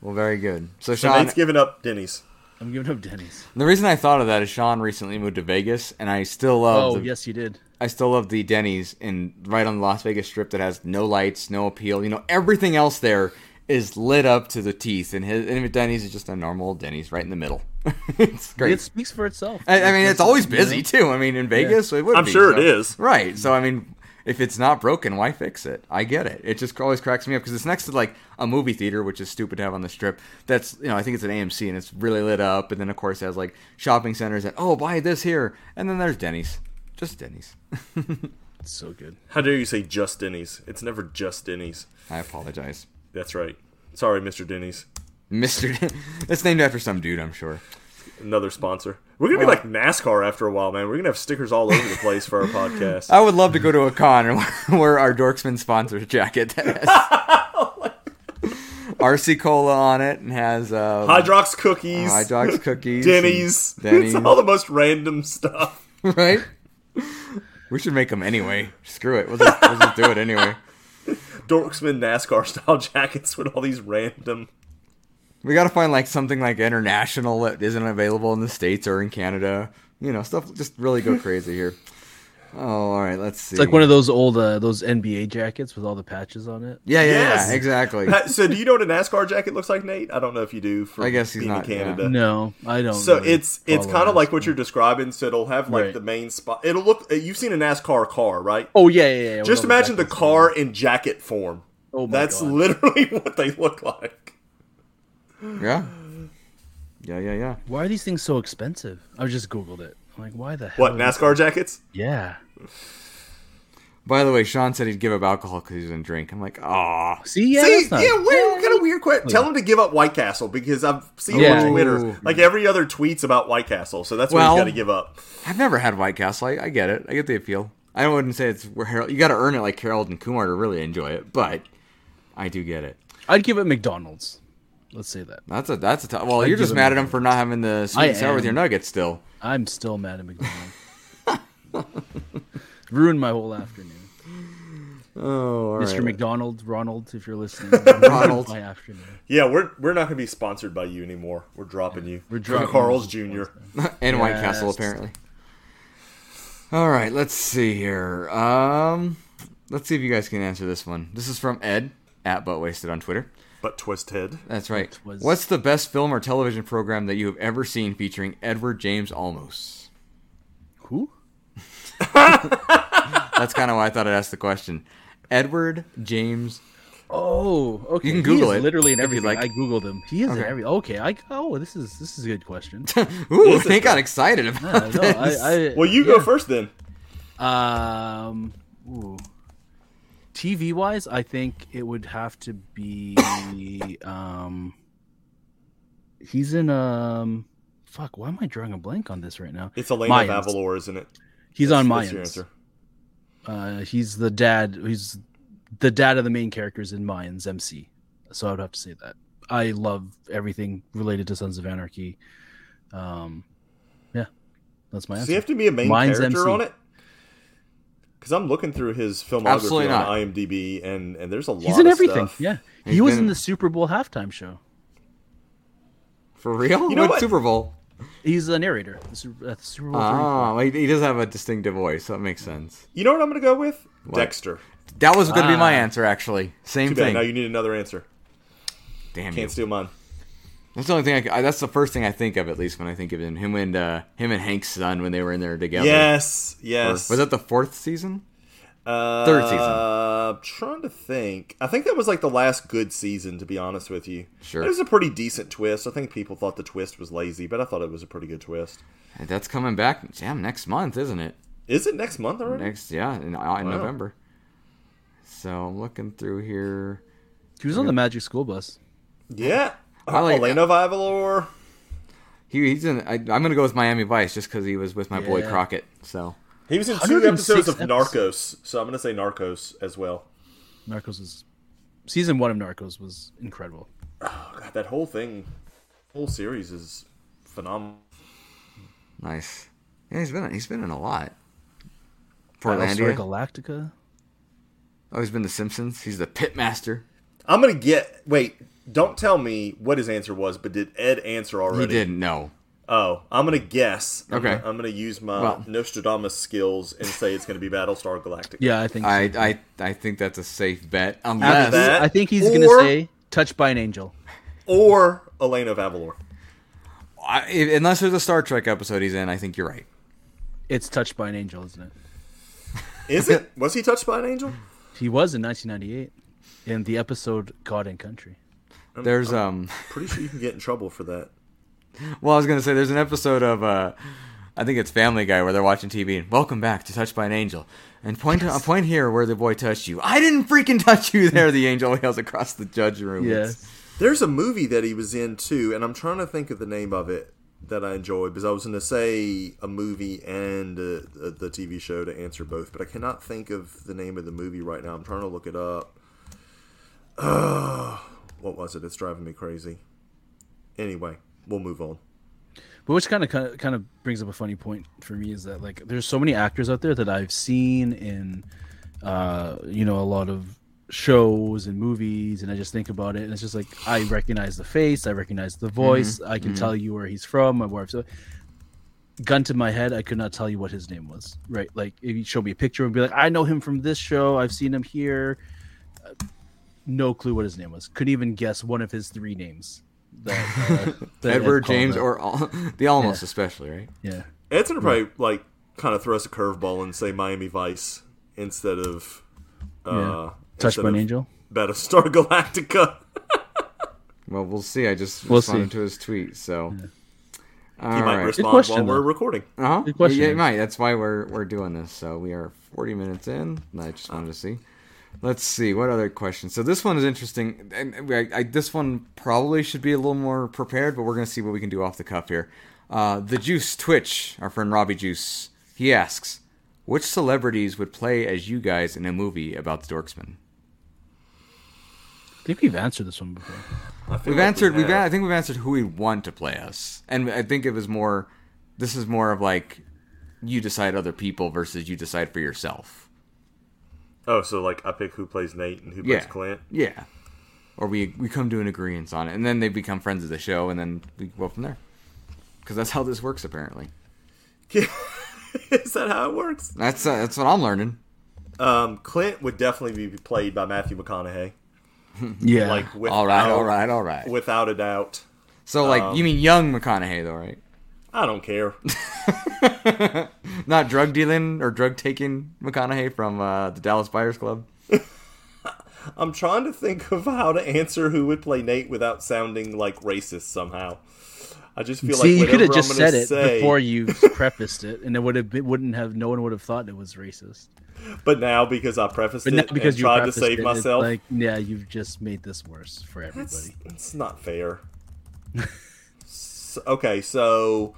Well, very good. So, So Sean, Nate's giving up Denny's. I'm giving up Denny's. The reason I thought of that is Sean recently moved to Vegas, and I still love. Oh, the, yes, you did. I still love the Denny's in right on the Las Vegas Strip that has no lights, no appeal. You know, everything else there is lit up to the teeth, and his and Denny's is just a normal Denny's right in the middle. *laughs* it's great. It speaks for itself. I, I mean, it's always you know? busy too. I mean, in Vegas, it would. I'm be, sure so- it is. Right. So I mean, if it's not broken, why fix it? I get it. It just always cracks me up because it's next to like a movie theater, which is stupid to have on the strip. That's you know, I think it's an AMC and it's really lit up, and then of course it has like shopping centers that oh buy this here, and then there's Denny's, just Denny's. It's so good. How dare you say just Denny's? It's never just Denny's. *laughs* I apologize, That's right. Sorry, Mr. Denny's. Mister. *laughs* it's named after some dude, I'm sure. Another sponsor. We're gonna be like NASCAR after a while, man. We're gonna have stickers all over the place *laughs* for our podcast. I would love to go to a con *laughs* and wear our Dorksman sponsor jacket that has *laughs* RC Cola on it and has uh, Hydrox cookies. *laughs* Hydrox cookies, and Denny's. *laughs* Denny's, It's all the most random stuff. *laughs* right? We should make them anyway. Screw it. We'll just, we'll just do it anyway. Dorksman NASCAR style *laughs* jackets with all these random. We gotta find like something like international that isn't available in the states or in Canada. You know, stuff just really go crazy here. Oh, all right. Let's see. It's like one of those old uh, those NBA jackets with all the patches on it. yeah, yeah, Yes. yeah, exactly. Ha- So, do you know what a NASCAR jacket looks like, Nate? I don't know if you do. For I guess he's being in not- yeah. Canada. No, I don't. So really it's it's follow kind of like NASCAR. what you're describing. So it'll have like Right. the main spot. It'll look. You've seen a NASCAR car, right? Oh yeah, yeah. yeah. Just with all imagine the jackets. car in jacket form. Oh my That's God. literally *laughs* what they look like. yeah. Yeah, yeah, yeah. Why are these things so expensive? I just googled it. I'm like, why the hell? What are- NASCAR jackets? Yeah. By the way, Sean said he'd give up alcohol because he didn't drink. I'm like, ah. See, yeah, See, that's not- yeah, weird, kind of weird. Quit. Tell them to give up White Castle because I've seen Oh, Yeah. on Twitter Ooh. like every other tweets about White Castle. So that's what Well- he's got to give up. I've never had White Castle. I, I get it. I get the appeal. I wouldn't say it's where Harold. You got to earn it like Harold and Kumar to really enjoy it, but I do get it. I'd give it McDonald's. Let's say that. That's a that's a tough. Well, I'd you're give just it mad at a- him for not having the sweet I and sour with am. your nuggets still. I'm still mad at McDonald's. *laughs* Ruined my whole afternoon. Oh, all Mr. right. McDonald, Ronald, if you're *laughs* listening, ruined Ronald. my afternoon. Yeah, we're we're not going to be sponsored by you anymore. We're dropping you. We're dropping Carl's Jr. you. and White Castle Yes. apparently. All right, let's see here. Um, let's see if you guys can answer this one. This is from Ed at Butt Wasted on Twitter. But twist head. That's right. was- What's the best film or television program that you have ever seen featuring Edward James Olmos? Who? That's kind of why I thought I'd ask the question. Edward James. Oh, okay. You can He Google is it Literally in if you'd everything. like. I googled him. He is in Okay. every. Okay, I. Oh, this is this is a good *laughs* question. Uh, Ooh, they got excited I about know. this. I, I, Well, you go first then. Um, ooh. TV wise, I think it would have to be. *coughs* Um, he's in. Um, fuck. Why am I drawing a blank on this right now? It's Elena Mayans. Bavalor, isn't it? He's on That's your Mayans. answer. Uh, he's the dad. He's the dad of the main characters in Mayans MC. So I would have to say that. I love everything related to Sons of Anarchy. Um, yeah, that's my Does answer. he have to be a main Mine's character MC. on it? Because I'm looking through his filmography Absolutely on not. IMDb, and and there's a lot. he's in of everything. stuff. Yeah, he He's was been- in the Super Bowl halftime show. For real? You know What what? Super Bowl. He's a narrator at the Super, at the Super Bowl. 34. Ah, well, he, he does have a distinctive voice. So that makes sense. You know what I'm going to go with? Dexter. That was going to be my Ah. answer, actually. Same Too bad. thing. Now you need another answer. Damn you. Can't steal mine. That's the only thing. I c I that's the first thing I think of, at least when I think of him. Him and uh, him and Hank's son when they were in there together. Yes, Or- yes. Was that the fourth season? uh, third season? I'm trying to think. I think that was like the last good season, to be honest with you. Sure. It was a pretty decent twist. I think people thought the twist was lazy, but I thought it was a pretty good twist. And That's coming back. Damn, next month, isn't it? Is it next month already? Next, yeah, in, in November. So I'm looking through here. He was on the Magic School Bus. Yeah. I like- Elena Vivalor. He, he's in. I, I'm gonna go with Miami Vice just because he was with my boy Yeah. Crockett. So He was in two 106 episodes of episodes. Narcos, so I'm going to say Narcos as well. Narcos was season one of Narcos was incredible. God, that whole thing, whole series is phenomenal. nice. Yeah, he's been he's been in a lot. Battlestar Portlandia. Galactica. Oh, he's been The Simpsons. He's the pitmaster. I'm going to get. Wait, don't tell me what his answer was, but did Ed answer already? He didn't know. Oh, I'm gonna guess. I'm Okay. gonna- I'm gonna use my Well- Nostradamus skills and say it's gonna be Battlestar Galactica. Yeah, I think so. I I I think that's a safe bet. I, Unless that- I think he's gonna Or- say "Touched by an Angel." Or Elena of Avalor. I, unless there's a Star Trek episode he's in, I think you're right. It's "Touched by an Angel," isn't it? Is it? Was he touched by an angel? He was in 1998 in the episode "God and Country." There's um Pretty sure you can get in trouble for that. well I was gonna say there's an episode of uh I think it's Family Guy where they're watching TV and welcome back to Touched by an Angel. And point a point here where the boy touched you. I didn't freaking touch you there, the angel *laughs* yells across the judge room. Yeah. It's- There's a movie that he was in too, and I'm trying to think of the name of it that I enjoyed because I was going to say a movie and uh, the the TV show to answer both, but I cannot think of the name of the movie right now. I'm trying to look it up. *sighs* Ugh. what was it? It's driving me crazy. Anyway, we'll move on. But which kind of kind of brings up a funny point for me is that like there's so many actors out there that I've seen in uh you know a lot of shows and movies and I just think about it and it's just like I recognize the face, I recognize Mm-hmm. the voice, I can tell you where he's from, my wife so gun to my head, I could not tell you what his name was. Right? Like if you show me a picture and be like, I know him from this show, I've seen him here. Uh, No clue what his name was. Couldn't even guess one of his three names. that, *laughs* uh, that Ed Edward called James out. or all, *laughs* the almost especially, right? yeah. Ed's going to probably like kind of throw us a curveball and say Miami Vice instead of uh, Yeah. Touched instead by an of angel. Battlestar *laughs* Galactica. Well, we'll see. I just We'll responded see. to his tweet, so He might respond question, while we're though. recording. Uh-huh. Good question. Yeah, yeah, right. That's why we're we're doing this. So we are 40 minutes in. and I just wanted to see. Let's see what other questions. So this one is interesting, and I, I, this one probably should be a little more prepared, but we're gonna see what we can do off the cuff here. Uh, the Juice Twitch, our friend Robbie Juice, he asks, which celebrities would play as you guys in a movie about the Dorksman? I think we've answered this one before. I feel like We've we answered. We've. have. a- I think we've answered who we want to play us, and I think it was more. This is more of like you decide other people versus you decide for yourself. Oh, so like I pick who plays Nate and who Yeah. plays Clint. *laughs* Yeah. Or we we come to an agreement on it, and then they become friends of the show, and then we go from there. Because that's how this works, apparently. Is that how it works? That's uh, that's what I'm learning. Um, Clint would definitely be played by Matthew McConaughey. Yeah. *sighs* Like without, all right, all right, all right. without a doubt. So, like, you mean young McConaughey, though, right? I *laughs* don't care. Not drug dealing or drug taking McConaughey from uh, the Dallas Buyers Club. I'm trying to think of how to answer who would play Nate without sounding like racist somehow. I just feel See, like you could have whatever just I'm gonna said it say- before you prefaced it, and it would have been, wouldn't have. No one would have thought it was racist. But now because I prefaced But it now because and you tried to prefaced save it, it's myself, like yeah, you've just made this worse for everybody. That's, that's not fair. S okay, so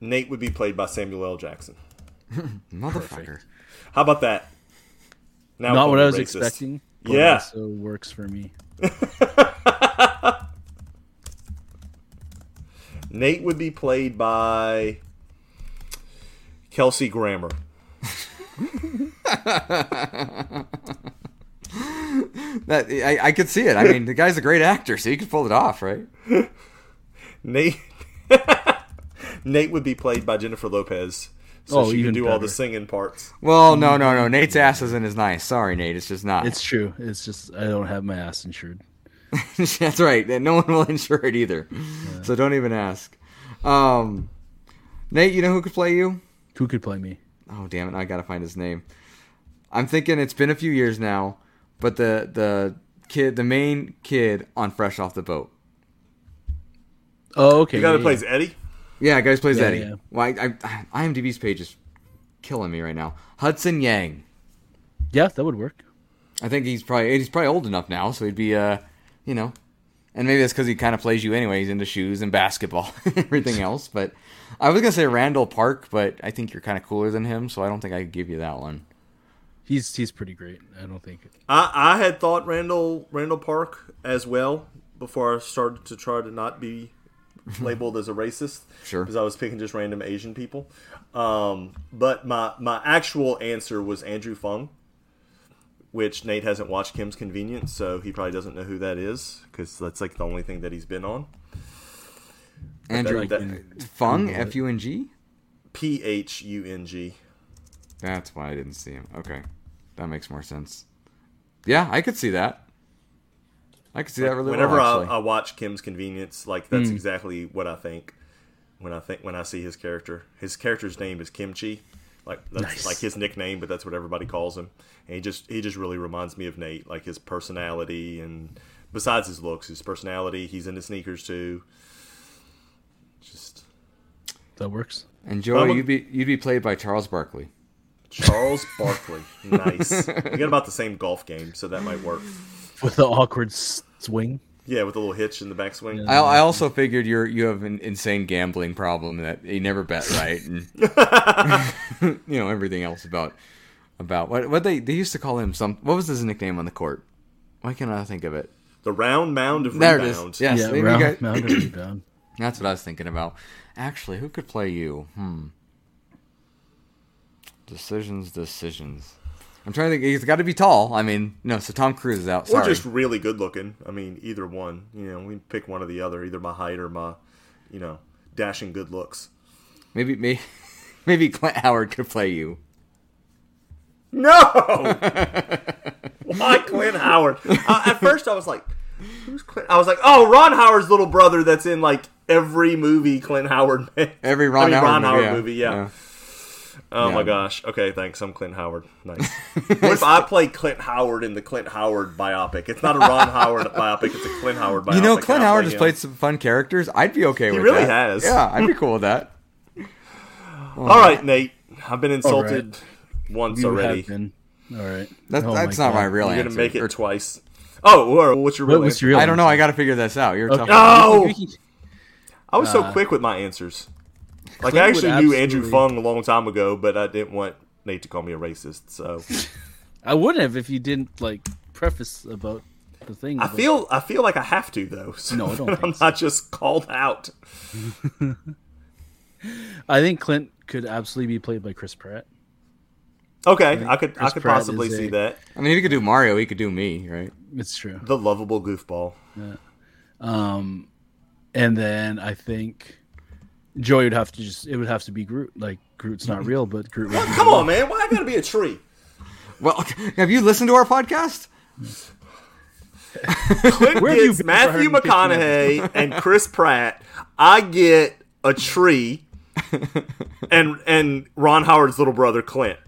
Nate would be played by Samuel L. Jackson. Motherfucker. How about that? Now Not call what me I was racist. expecting. But Yeah. it also works for me. Nate would be played by Kelsey Grammer. That I, I could see it. I mean, the guy's a great actor, so he could pull it off, right? Nate *laughs* Nate would be played by Jennifer Lopez. So Oh, she even could do all the better. singing parts. Well, no, no, no. Nate's ass isn't as nice. Sorry, Nate. It's just not. It's true. It's just I don't have my ass insured. *laughs* That's right. And no one *laughs* will insure it either. So don't even ask. Um, Nate, you know who could play you? Who could play me? Oh damn it! now I gotta find his name. I'm thinking it's been a few years now, but the the kid, the main kid on Fresh Off the Boat. Oh, okay. You got to yeah, play yeah. Eddie? Yeah, guys plays Yeah, Eddie. yeah. Why? I, I, IMDb's page is killing me right now. Hudson Yang. Yeah, that would work. I think he's probably he's probably old enough now, so he'd be uh, you know, and maybe that's because he kind of plays you anyway. He's into shoes and basketball, *laughs* and everything else. But I was gonna say Randall Park, but I think you're kind of cooler than him, so I don't think I could give you that one. He's he's pretty great. I don't think. I, I had thought Randall Randall Park as well before I started to try to not be labeled as a racist. Sure. Because I was picking just random Asian people. Um, but my my actual answer was Andrew Fung, which Nate hasn't watched Kim's Convenience, so he probably doesn't know who that is because that's like the only thing that he's been on. Andrew that- Fung, F U N G. P H U N G. That's why I didn't see him. Okay, that makes more sense. Yeah, I could see that. I could see that really Whenever well. I, Actually. I watch Kim's Convenience, like that's Hmm. exactly what I think when I think when I see his character. His character's name is Kimchi, like that's Nice. like his nickname, but that's what everybody calls him. And he just he just really reminds me of Nate, like his personality and besides his looks, his personality. He's into sneakers too. Just That works. And Joey, Well, I'm a- you'd be you'd be played by Charles Barkley. *laughs* Charles Barkley. Nice. We got about the same golf game, so that might work. With the awkward s- swing. Yeah, with a little hitch in the backswing. I, I also figured you're you have an insane gambling problem that you never bet right, *laughs* and *laughs* you know everything else about about what what they they used to call him some. What was his nickname on the court? Why can't I think of it? The round mound of There it rebound. is. Yes, yeah, there you round, go. mound and rebound. That's what I was thinking about. Actually, who could play you? Hmm. Decisions, decisions. I'm trying to think. He's got to be tall. I mean, no. So Tom Cruise is out. Or Sorry. just really good looking. I mean, either one. You know, we pick one or the other, either my height or my, you know, dashing good looks. Maybe, maybe, *laughs* maybe Clint Howard could play you. No! Why Clint Howard? I, at first, I was like, who's Clint? I was like, oh, Ron Howard's little brother that's in like every movie Clint Howard made. Every Ron, I mean, Howard, Ron movie, Howard yeah. movie, yeah. Oh Yeah. my gosh. Okay, thanks. I'm Clint Howard. Nice. *laughs* what if I play Clint Howard in the Clint Howard biopic? It's not a Ron *laughs* Howard biopic, it's a Clint Howard biopic. You know, and I Clint play Howard has him. played some fun characters. I'd be okay with really that. has. Yeah, I'd be cool with that. All right, Nate. I've been All right. insulted once You already. have been. All right. That's, Oh that's my not my God. real You're answer. gonna make it Or- twice. Oh, or what's your real What, what's answer? your real I don't know. I got to figure this out. You're a tough. Okay. No! *laughs* You can- I was so quick with my answers. uh, Like Clint I would actually knew Andrew absolutely- Fung a long time ago, but I didn't want Nate to call me a racist. *laughs* So I would have if you didn't like preface about the thing. I but- feel I feel like I have to though. *laughs* So No, I don't that I'm think not just called out. I think Clint could absolutely be played by Chris Pratt. Okay, I could I Chris could Pratt possibly is a- see that. I mean, he could do Mario. He could do me, right? It's true. The *laughs* lovable goofball. Um, and then I think Joey would have to just it would have to be Groot. Like Groot's *laughs* not real, but Groot. Would be Come on, man! Why I gotta be a tree? Well, *laughs* have you listened to our podcast? *laughs* Clint Where have you gets been for Matthew 150 McConaughey and Chris Pratt. I get a *laughs* tree, and and Ron Howard's little brother Clint.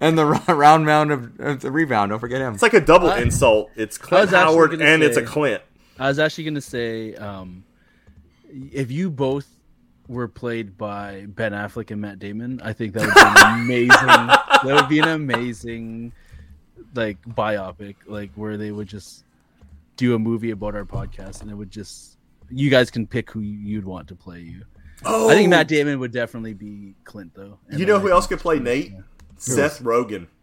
And the *laughs* ro- round mound of, of the rebound. Don't forget him. It's like a double insult. It's Clint was actually Howard gonna and it's a say- Clint. I was actually gonna say, um, if you both were played by Ben Affleck and Matt Damon, I think that would be an amazing. that would be an amazing, like biopic, like where they would just do a movie about our podcast, and it would just you guys can pick who you'd want to play you. Oh, I think Matt Damon would definitely be Clint, though. And You know I who like- else could play Nate? Seth Rogen. *laughs*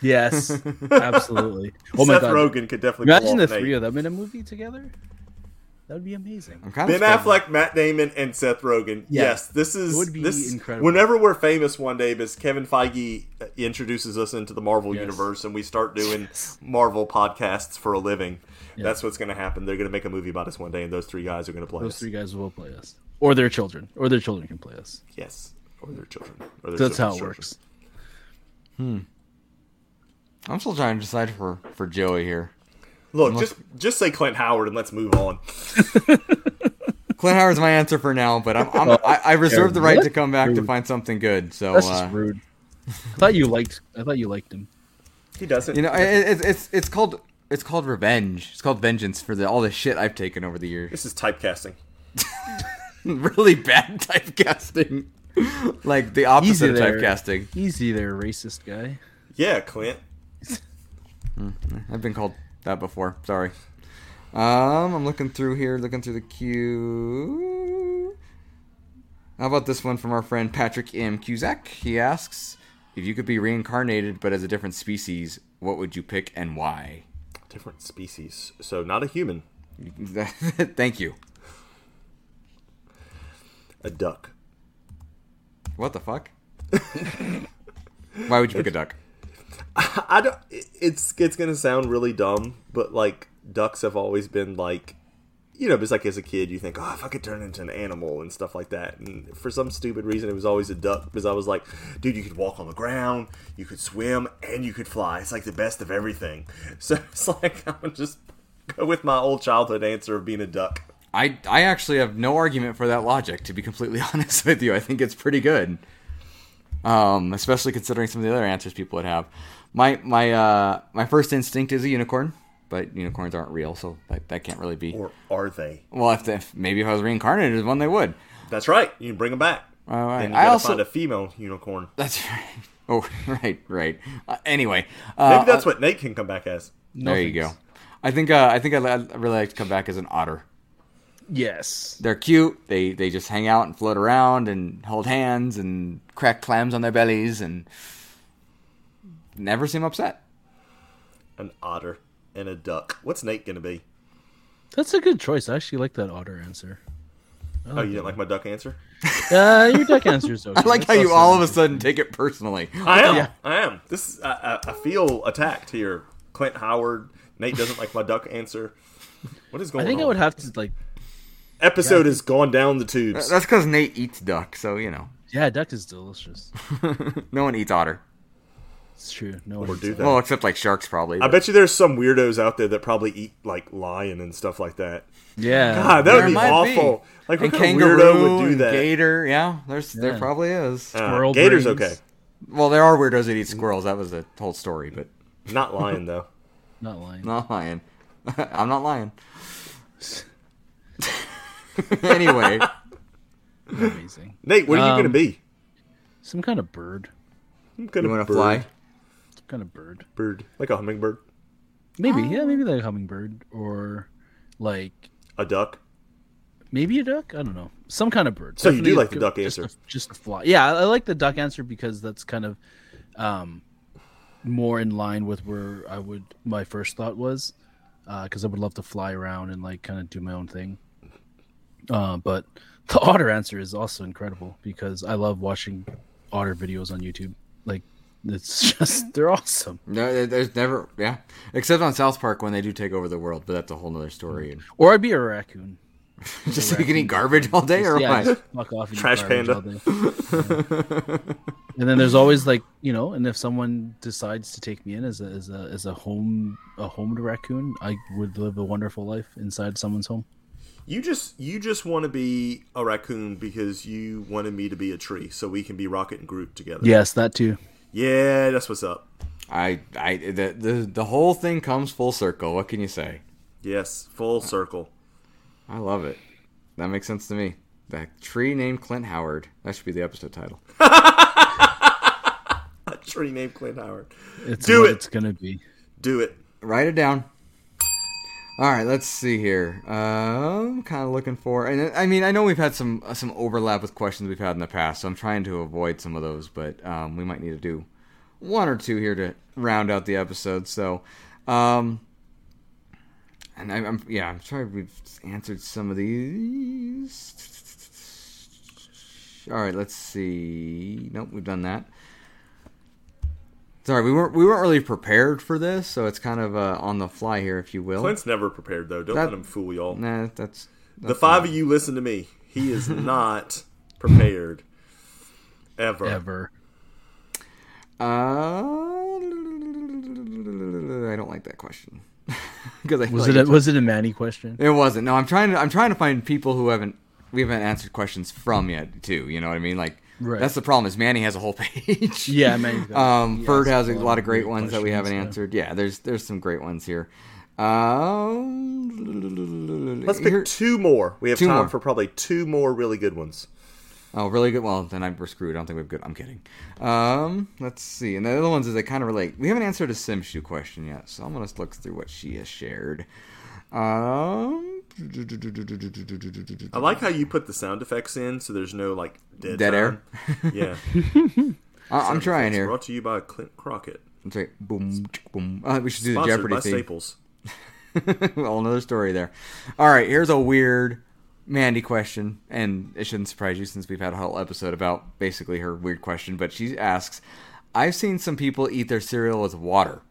Yes, absolutely. Oh my Seth god! Rogen could definitely Imagine pull the off three Nate. of them in a movie together. That would be amazing. I'm kind Ben surprised. Affleck, Matt Damon, and Seth Rogen. Yeah. Yes, this is It would be this, incredible. Whenever we're famous one day, because Kevin Feige introduces us into the Marvel Yes. universe and we start doing Marvel podcasts for a living, that's what's going to happen. They're going to make a movie about us one day, and those three guys are going to play Those us. three guys will play us, or their children, or their children can play us. Yes, or their children. Or their That's how children's it children. works. I'm still trying to decide for for Joey here. Look, just just say Clint Howard and let's move on. Clint Howard's my answer for now, but I'm, I'm, I, I reserve the right to come back to Dude. find something good. So That's uh, just *laughs* rude. I thought you liked. I thought you liked him. He doesn't. You know, it, it's it's it's called it's called revenge. It's called vengeance for the all the shit I've taken over the years. this is typecasting. *laughs* really bad typecasting, like the opposite of Easy there. typecasting. Easy there, racist guy. Yeah, Clint. I've been called that before. Sorry. Um, I'm looking through here, looking through the queue. How about this one from our friend Patrick M. Cusack? He asks if you could be reincarnated but as a different species, what would you pick and why? *laughs* Different species. So not a human, Thank you. a duck. What the fuck? *laughs* Why would you pick a duck? *laughs* I don't. it- It's it's gonna sound really dumb, but like ducks have always been like, you know, it's like as a kid you think, oh, if I could turn into an animal and stuff like that. And for some stupid reason, it was always a duck because I was like, dude, you could walk on the ground, you could swim, and you could fly. It's like the best of everything. *laughs* So it's like *laughs* I would just go with my old childhood answer of being a duck. I, I actually have no argument for that logic, to be completely *laughs* honest with you. I think it's pretty good. Um, especially considering some of the other answers people would have. My my uh, my first instinct is a unicorn, but unicorns aren't real, so that, that can't really be. Or are they? Well, if, if maybe if I was reincarnated as one, they would. That's right. You can bring them back. All right. And you I gotta also find a female unicorn. *laughs* that's right. Oh, *laughs* right, right. Uh, anyway, Maybe uh, that's what Nate can come back as. No there you go. thanks. I think uh, I think I'd, I'd really like to come back as an otter. Yes. They're cute. They they just hang out and float around and hold hands and crack clams on their bellies and never seem upset. An otter and a duck. What's Nate gonna be? That's a good choice. I actually like that otter answer. Oh, you didn't like my duck answer? Uh, your duck answer *laughs* is okay. I like how you all of a sudden take it personally. I am. Yeah. I am. This is, I, I, I feel attacked here. Clint Howard. Nate doesn't like my duck answer. What is going I think on? Oh. I would have to like. Episode has gone down the tubes. That's because Nate eats duck, so you know Yeah, duck is delicious. no one eats otter. It's true. No Or one do do that. Well, except like sharks, probably. I bet you there's some weirdos out there that probably eat like lion and stuff like that. Yeah. God, that There would be might be. awful. Like what and kind of weirdo kangaroo would do and that? gator. Yeah, there's there Yeah. probably is. Uh, Squirrel gator's brains. okay. Well, there are weirdos that eat squirrels. That was the whole story, but Not lion though. Not *laughs* lying. not lying. I'm not lying. *laughs* anyway, Amazing. Nate, what are you Um, gonna be? Some kind of bird. I'm gonna you want to bird. fly? Some kind of bird. Bird, like a hummingbird, Maybe. Yeah, Oh. maybe like a hummingbird or like a duck. maybe a duck. I don't know. Some kind of bird. So you do like the duck just a- answer. just a fly. Yeah, I I like the duck answer because that's kind of um, more in line with where I would my first thought was because I would love to fly around and like kind of do my own thing. Uh, but the *laughs* otter answer is also incredible because I love watching otter videos on YouTube. Like it's *laughs* just they're awesome. No, there- there's never. Yeah, except on South Park when they do take over the world, but that's a whole other story. And Or I'd be a raccoon. *laughs* just so you can eat garbage all day, or yeah, what? just fuck off. and eat Trash garbage panda. all day. Yeah. and then there's always like you know, and if someone decides to take me in as a as a as a home a homed raccoon, I would live a wonderful life inside someone's home. You just you just want to be a raccoon because you wanted me to be a tree, so we can be Rocket and Groot together. Yes, that too. yeah, that's what's up. I, I, the, the, the whole thing comes full circle. What can you say? Yes, full circle. *laughs* I love it. That makes sense to me. That tree named Clint Howard. That should be the episode title. A tree named Clint Howard. It's Do what it. it's gonna be. Do it. Write it down. All right, let's see here. Um, kind of looking for, and I mean, I know we've had some uh, some overlap with questions we've had in the past, so I'm trying to avoid some of those, but um, we might need to do one or two here to round out the episode. So, um, and I, I'm yeah, I'm sorry we've answered some of these. All right, let's see. Nope, we've done that. Sorry, we weren't we weren't really prepared for this, so it's kind of uh, on the fly here, if you will. Clint's never prepared though. Don't That- let him fool y'all. Nah, that's the five of you listen to me. He *laughs* is not prepared. Ever. Ever. Uh, I don't like that question *laughs* because I feel Was like it a, it's- was it a Manny question? It wasn't. No, I'm trying to. I'm trying to find people who haven't we haven't answered questions from yet too. You know what I mean? Like Right. that's the problem is Manny has a whole *laughs* page. Yeah, *laughs* Manny. Um, Yes, Bird has a a lot, lot of of great great ones that we haven't questions, yeah. answered. Yeah, there's there's some great ones here. Um, Let's pick here- two more. We have Two time more. for probably two more really good ones. Oh, really good. Well, then I'm, we're screwed. I don't think we've good. I'm kidding. Um, let's see. And the other ones is they kind of relate. We haven't answered a Simshu question yet, so I'm gonna look through what she has shared. Um, I like how you put the sound effects in, so there's no like dead, Dead air? time. *laughs* Yeah, I- I'm trying It's here. Brought to you by Clint Crockett. Let's see. Boom, boom. Uh, we should do the Sponsored Jeopardy by theme. Staples. *laughs* well, another story there. All right, here's a weird Mandy question, and it shouldn't surprise you since we've had a whole episode about basically her weird question. But she asks, "I've seen some people eat their cereal with water.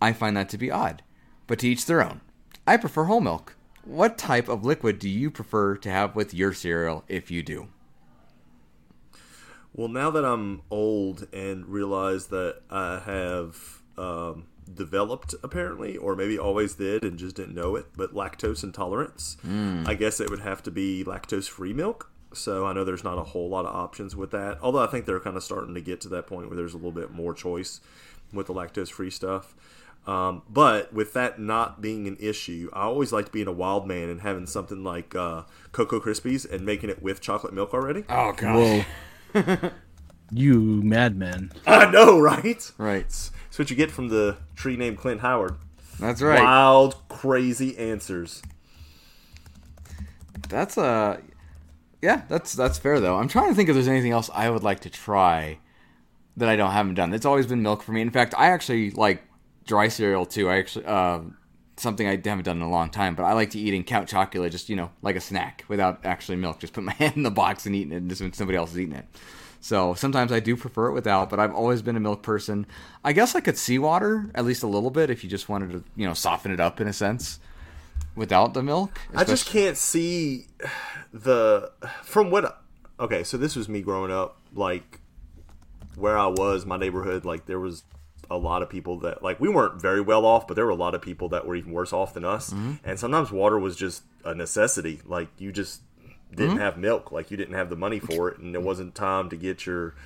I find that to be odd, but to each their own. I prefer whole milk. What type of liquid do you prefer to have with your cereal, if you do?" Well, now that I'm old and realize that I have um, developed, apparently, or maybe always did and just didn't know it, but lactose intolerance, I guess it would have to be lactose free milk. So I know there's not a whole lot of options with that. Although I think they're kind of starting to get to that point where there's a little bit more choice with the lactose free stuff. Um, but with that not being an issue, I always liked being a wild man and having something like uh, Cocoa Krispies and making it with chocolate milk already. Oh god. Whoa. You madman. I know, right? Right. That's what you get from the tree named Clint Howard. That's right. Wild, crazy answers. That's uh yeah, that's that's fair though. I'm trying to think if there's anything else I would like to try that I don't haven't done. It's always been milk for me. In fact, I actually like dry cereal too. I actually uh, something I haven't done in a long time, but I like to eat in count chocolate just you know like a snack without actually milk. Just put my *laughs* hand in the box and eating it, and just when somebody else is eating it. So sometimes I do prefer it without, but I've always been a milk person. I guess I could seawater at least a little bit if you just wanted to, you know, soften it up in a sense without the milk. I just can't see the from what. Okay, so this was me growing up, like where I was, my neighborhood. Like there was a lot of people that like we weren't very well off, but there were a lot of people that were even worse off than us. And sometimes water was just a necessity. Like you just didn't have milk, like you didn't have the money for it, and there wasn't time to get your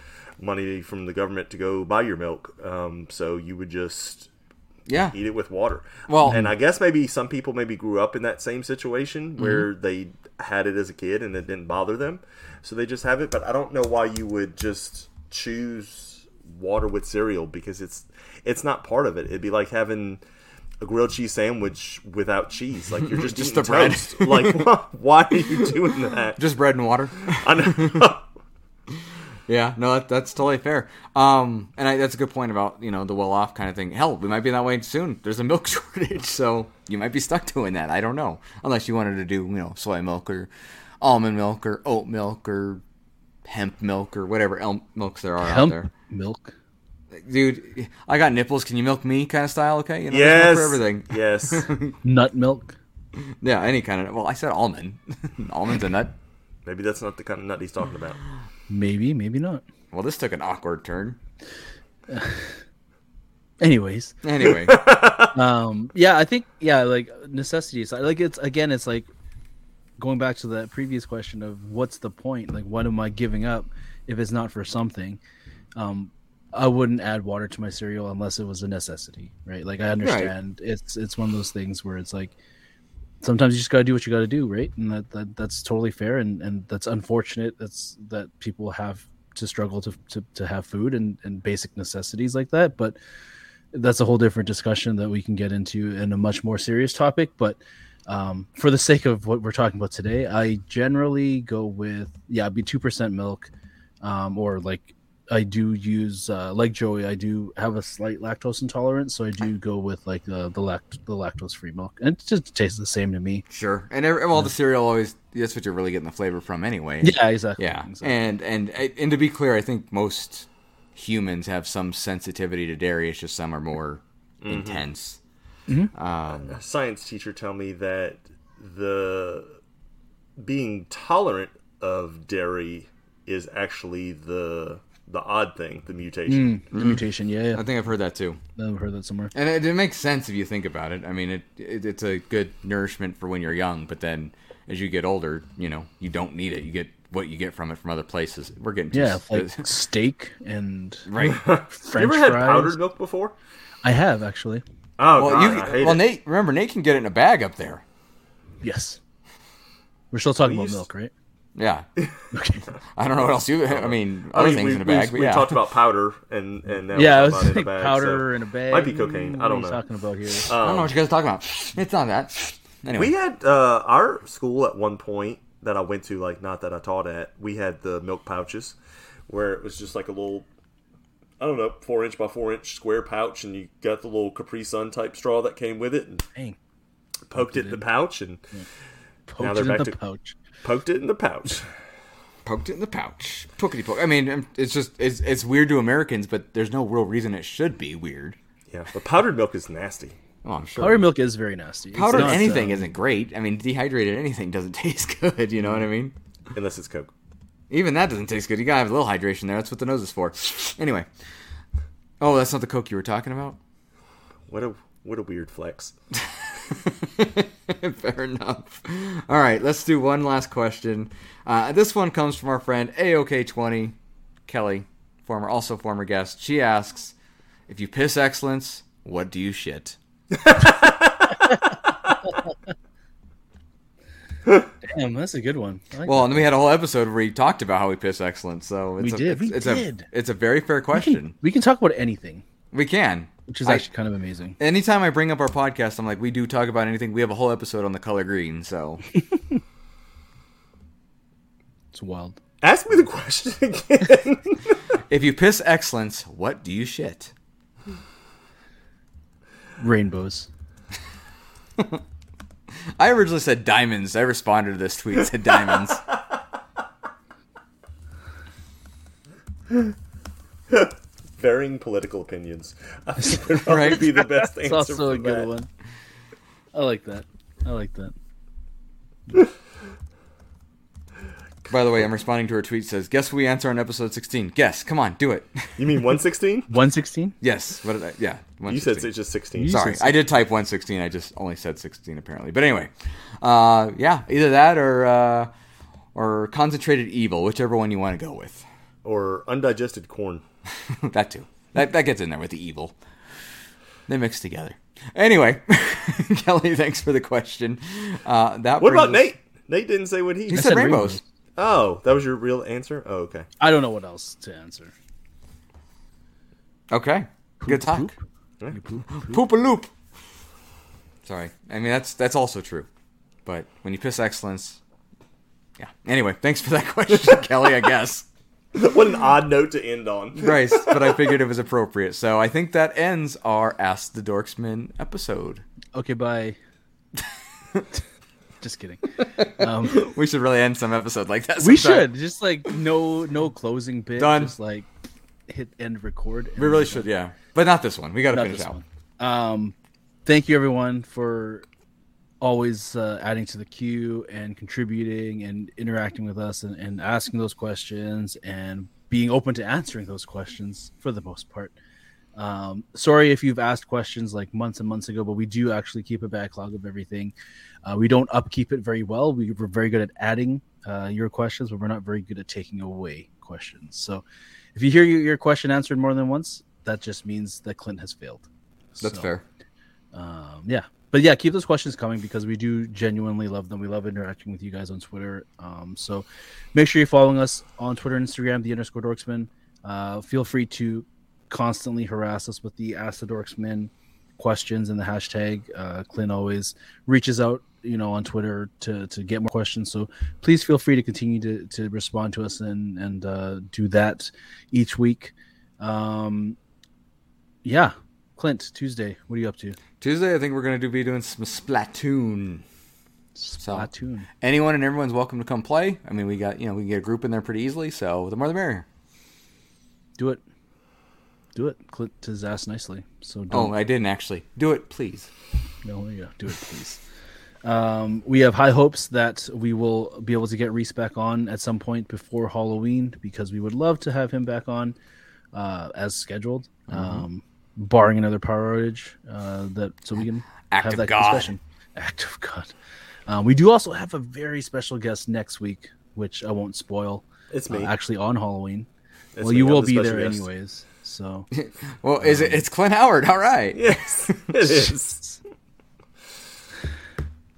money from the government to go buy your milk. Um, so you would just Yeah. eat it with water. Well- and I guess maybe some people maybe grew up in that same Mm-hmm. situation where they had it as a kid and it didn't bother them, so they just have it. But I don't know why you would just choose water with cereal because it's it's not part of it. It'd be like having a grilled cheese sandwich without cheese. Like *laughs* you're just Just eating the bread. toast. *laughs* like why are you doing that? Just bread and water. *laughs* I know. Yeah, no, that, that's totally fair. Um, and I, that's a good point about you know the well-off kind of thing. Hell, we might be that way soon. There's a milk *laughs* shortage, so you might be stuck doing that. I don't know, unless you wanted to do you know soy milk or almond milk or oat milk or hemp milk or whatever el- milks there are out Hemp there. milk. Dude, I got nipples. Can you milk me? Kind of style, okay? You know, there's milk yes, for everything. Yes, *laughs* Nut milk. Yeah, any kind of. Well, I said almond. *laughs* Almond's a nut. maybe that's not the kind of nut he's talking about. Maybe, maybe not. Well, this took an awkward turn. Anyways, Anyway, um, yeah, I think yeah, like necessities. Like it's again, it's like going back to that previous question of what's the point? Like, what am I giving up if it's not for something? Um, I wouldn't add water to my cereal unless it was a necessity, right? Like I understand it's it's one of those things where it's like sometimes you just gotta do what you gotta do, right? And that, that that's totally fair and and that's unfortunate. That's that people have to struggle to to, to have food and and basic necessities like that, but that's a whole different discussion that we can get into in a much more serious topic. But um, for the sake of what we're talking about today, I generally go with yeah, it'd be two percent milk, um, or like I do use uh, like Joey, I do have a slight lactose intolerance, so I do go with like uh, the lact the lactose free milk, and it just tastes the same to me. sure. And every, well, the cereal always—that's what you're really getting the flavor from, anyway. Yeah, exactly. Yeah, exactly. and and and to be clear, I think most humans have some sensitivity to dairy. It's just some are more intense. a science teacher tell me that the being tolerant of dairy is actually the the odd thing, the mutation. Mm, the mutation. Yeah, yeah. I think I've heard that too, I've heard that somewhere. and it, it makes sense if you think about it. I mean, it, it it's a good nourishment for when you're young, but then as you get older, you know, you don't need it. You get what you get from it from other places. We're getting too Yeah, sp- like steak and *laughs* right. French you ever had fries. powdered milk before? I have actually. Oh, Well, God, I hate you well it. Nate. Remember, Nate can get it in a bag up there. Yes. We're still talking about used- milk, right? *laughs* Yeah, Okay. I don't know what else you. I mean, Oh, I other mean, things we, in a bag. we, but we yeah. talked about powder and and now yeah, I we're was talking about like in a bag, powder so- in a bag. Might be cocaine. I don't What are know. you talking about here? I don't know what you guys are talking about. It's not that. Anyway, um, We had uh, our school at one point that I went to, like not that I taught at. We had the milk pouches, where it was just like a little, I don't know, four inch by four inch square pouch, and you got the little Capri Sun type straw that came with it, and Dang, poked it in the pouch, and poached they're in back the to- pouch. poked it in *laughs* the pouch. poked it in the pouch. Pokety poke. I mean, um, it's just it's it's weird to Americans, but there's no real reason it should be weird. Yeah, but powdered milk is nasty. Oh, I'm sure. Powdered milk is very nasty. It's Powdered not, anything um, isn't great. I mean, dehydrated anything doesn't *laughs* taste good. You know what I mean? Unless it's Coke. Even that doesn't taste good. You gotta have a little hydration there. That's what the nose is for. Anyway. Oh, that's not the Coke you were talking about. What a what a weird flex. *laughs* Fair enough. All right, let's do one last question. Uh, this one comes from our friend AOK20, Kelly, former also former guest. She asks, "If you piss excellence, what do you shit?" Damn, that's a good one. I like Well, and then we had a whole episode where he talked about how we piss excellent. So We it's a, did, It's, we it's did. a it's a very fair that. we, question. can, we can talk about anything, We can. which is I- actually kind of amazing. Anytime I bring up our podcast, I'm like, we do talk about anything. We have a whole episode on the color green. So *laughs* It's wild. Ask me the question *laughs* again. if you piss excellence, what do you shit? Rainbows. I originally said diamonds. I responded to this tweet said *laughs* diamonds. Varying political opinions. I think would probably Right. be the best It's answer. also a for good that. one. I like that. I like that. By the way, I'm responding to her tweet says, "Guess we answer on episode 16. Guess, come on, do it." *laughs* You mean 116? One sixteen. yes. What did I? Yeah. You said 116. it's just 16. You said Sorry, I did type 116. I just only said 16 apparently. But anyway, uh, yeah, either that or uh, or concentrated evil, whichever one you want to go with. *laughs* Or undigested corn. that too. That that gets in there with the evil. They mix together. Anyway, *laughs* Kelly, thanks for the question. Uh, that What about brings us- Nate? Nate didn't say what he. He said said rainbows. rainbows. Oh, that was your real answer. Oh, okay. *laughs* I don't know what else to answer. Okay, good talk. poop. You poop. Poop a loop. Sorry, I mean that's that's also true, but when you piss excellence, yeah. Anyway, thanks for that *laughs* question, Kelly. I guess. What an odd note to end on. Christ, but I figured it was appropriate. So I think that ends our Ask the Dorksman episode. Okay, *laughs* bye. Just kidding. Um, We should really end some episode like that. we sometime. should just like no no closing bit. Done. Just like hit end record. and We really should, yeah. But not this one. We got to not finish this out. one. Um, thank you everyone for always uh, adding to the queue and contributing and interacting with us and, and asking those questions and being open to answering those questions for the most part. Um, sorry if you've asked questions like months and months ago, but we do actually keep a backlog of everything. Uh, we don't upkeep it very well. We, we're very good at adding uh, your questions, but we're not very good at taking away questions. So if you hear your, your question answered more than once, that just means that Clint has failed. That's So, fair. Um, yeah. But yeah, keep those questions coming because we do genuinely love them. We love interacting with you guys on Twitter. Um, so make sure you're following us on Twitter and Instagram, the underscore dorksman. Uh, feel free to constantly harass us with the Ask the Dorksman questions and the hashtag. Uh, Clint always reaches out, you know, on Twitter to, to get more questions. So please feel free to continue to, to respond to us and, and uh, do that each week. Um, yeah. Clint, Tuesday, what are you up to? Tuesday, I think we're going to do be doing some Splatoon. Splatoon. Anyone and everyone's welcome to come play. I mean, we got, you know, we can get a group in there pretty easily, so the more the merrier. Do it. Do it. Clint his ass nicely. So Oh, don't. I didn't actually. Do it, please. No, yeah, do it, please. Um, we have high hopes that we will be able to get Reese back on at some point before Halloween because we would love to have him back on uh, as scheduled, Mm-hmm. um, barring another power outage. Uh, that so we can *laughs* Act have of that God. discussion. Act of God. Um, we do also have a very special guest next week, which I won't spoil. It's uh, me. actually on Halloween. It's well, me. you I'm will the be special there guest. anyways. So Well, is it? It's Clint Howard. All right. *laughs* Yes, it is.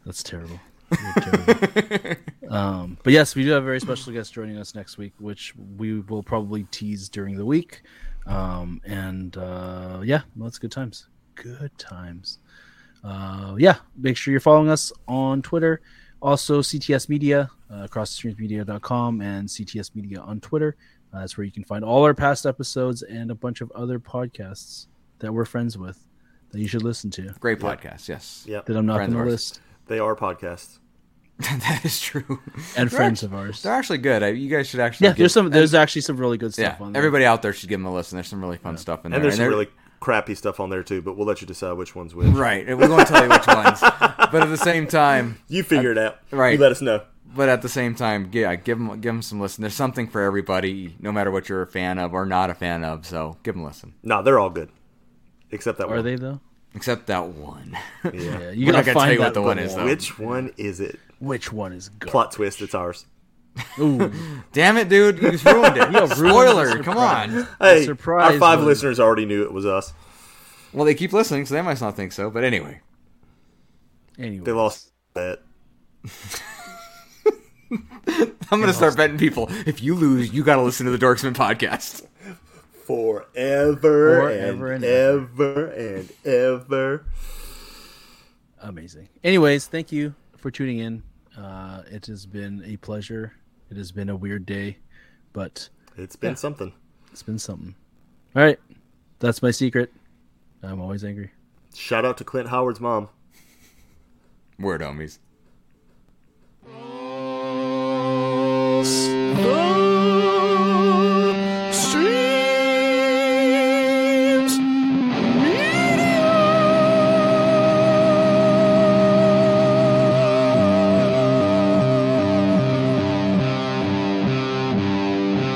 That's terrible. You're terrible. um, but yes, we do have a very special guest joining us next week, which we will probably tease during the week. Um, and uh, yeah, well, it's good times. Good times. Uh, yeah, make sure you're following us on Twitter. Also, CTS Media, uh, crossthestreamsmedia.com, and CTS Media on Twitter. Uh, that's where you can find all our past episodes and a bunch of other podcasts that we're friends with that you should listen to Great podcast. Yes. Yeah, that I'm not Friends going of to ours. list. they are podcasts. *laughs* that is true. and They're friends act- of ours. They're actually good. I, you guys should actually. Yeah, give- there's some. There's actually some really good Yeah, stuff on there. everybody out there should give them a listen. There's some really fun stuff in there. And there's some they're- really crappy stuff on there too, but we'll let you decide which one's which. *laughs* right. We won't tell *laughs* you which ones, but at the same time, You figure it out. right. You let us know. But at the same time, yeah, give them give them some listen. There's something for everybody, no matter what you're a fan of or not a fan of. So give them a listen, Nah, they're all good, except that Are one. they though? except that one. Yeah. Yeah, you We're gotta find not gonna tell you what that the one is, though. Which one is it? *laughs* Which one is good? Plot twist. It's ours. *laughs* Ooh, *laughs* Damn it, dude! You just *laughs* ruined it. ruined the Spoiler! surprise. Come on. Hey, surprise our five was- listeners already knew it was us. Well, they keep listening, so they might not think so. But anyway, anyway, They lost that. I'm gonna start betting people. If you lose, you gotta listen to the Dorksman podcast. Forever, Forever and and, ever and ever. Amazing. Anyways, thank you for tuning in. Uh, it has been a pleasure. It has been a weird day, but It's been something. it's been something. All right, that's my secret. I'm always angry. Shout out to Clint Howard's mom. Word homies.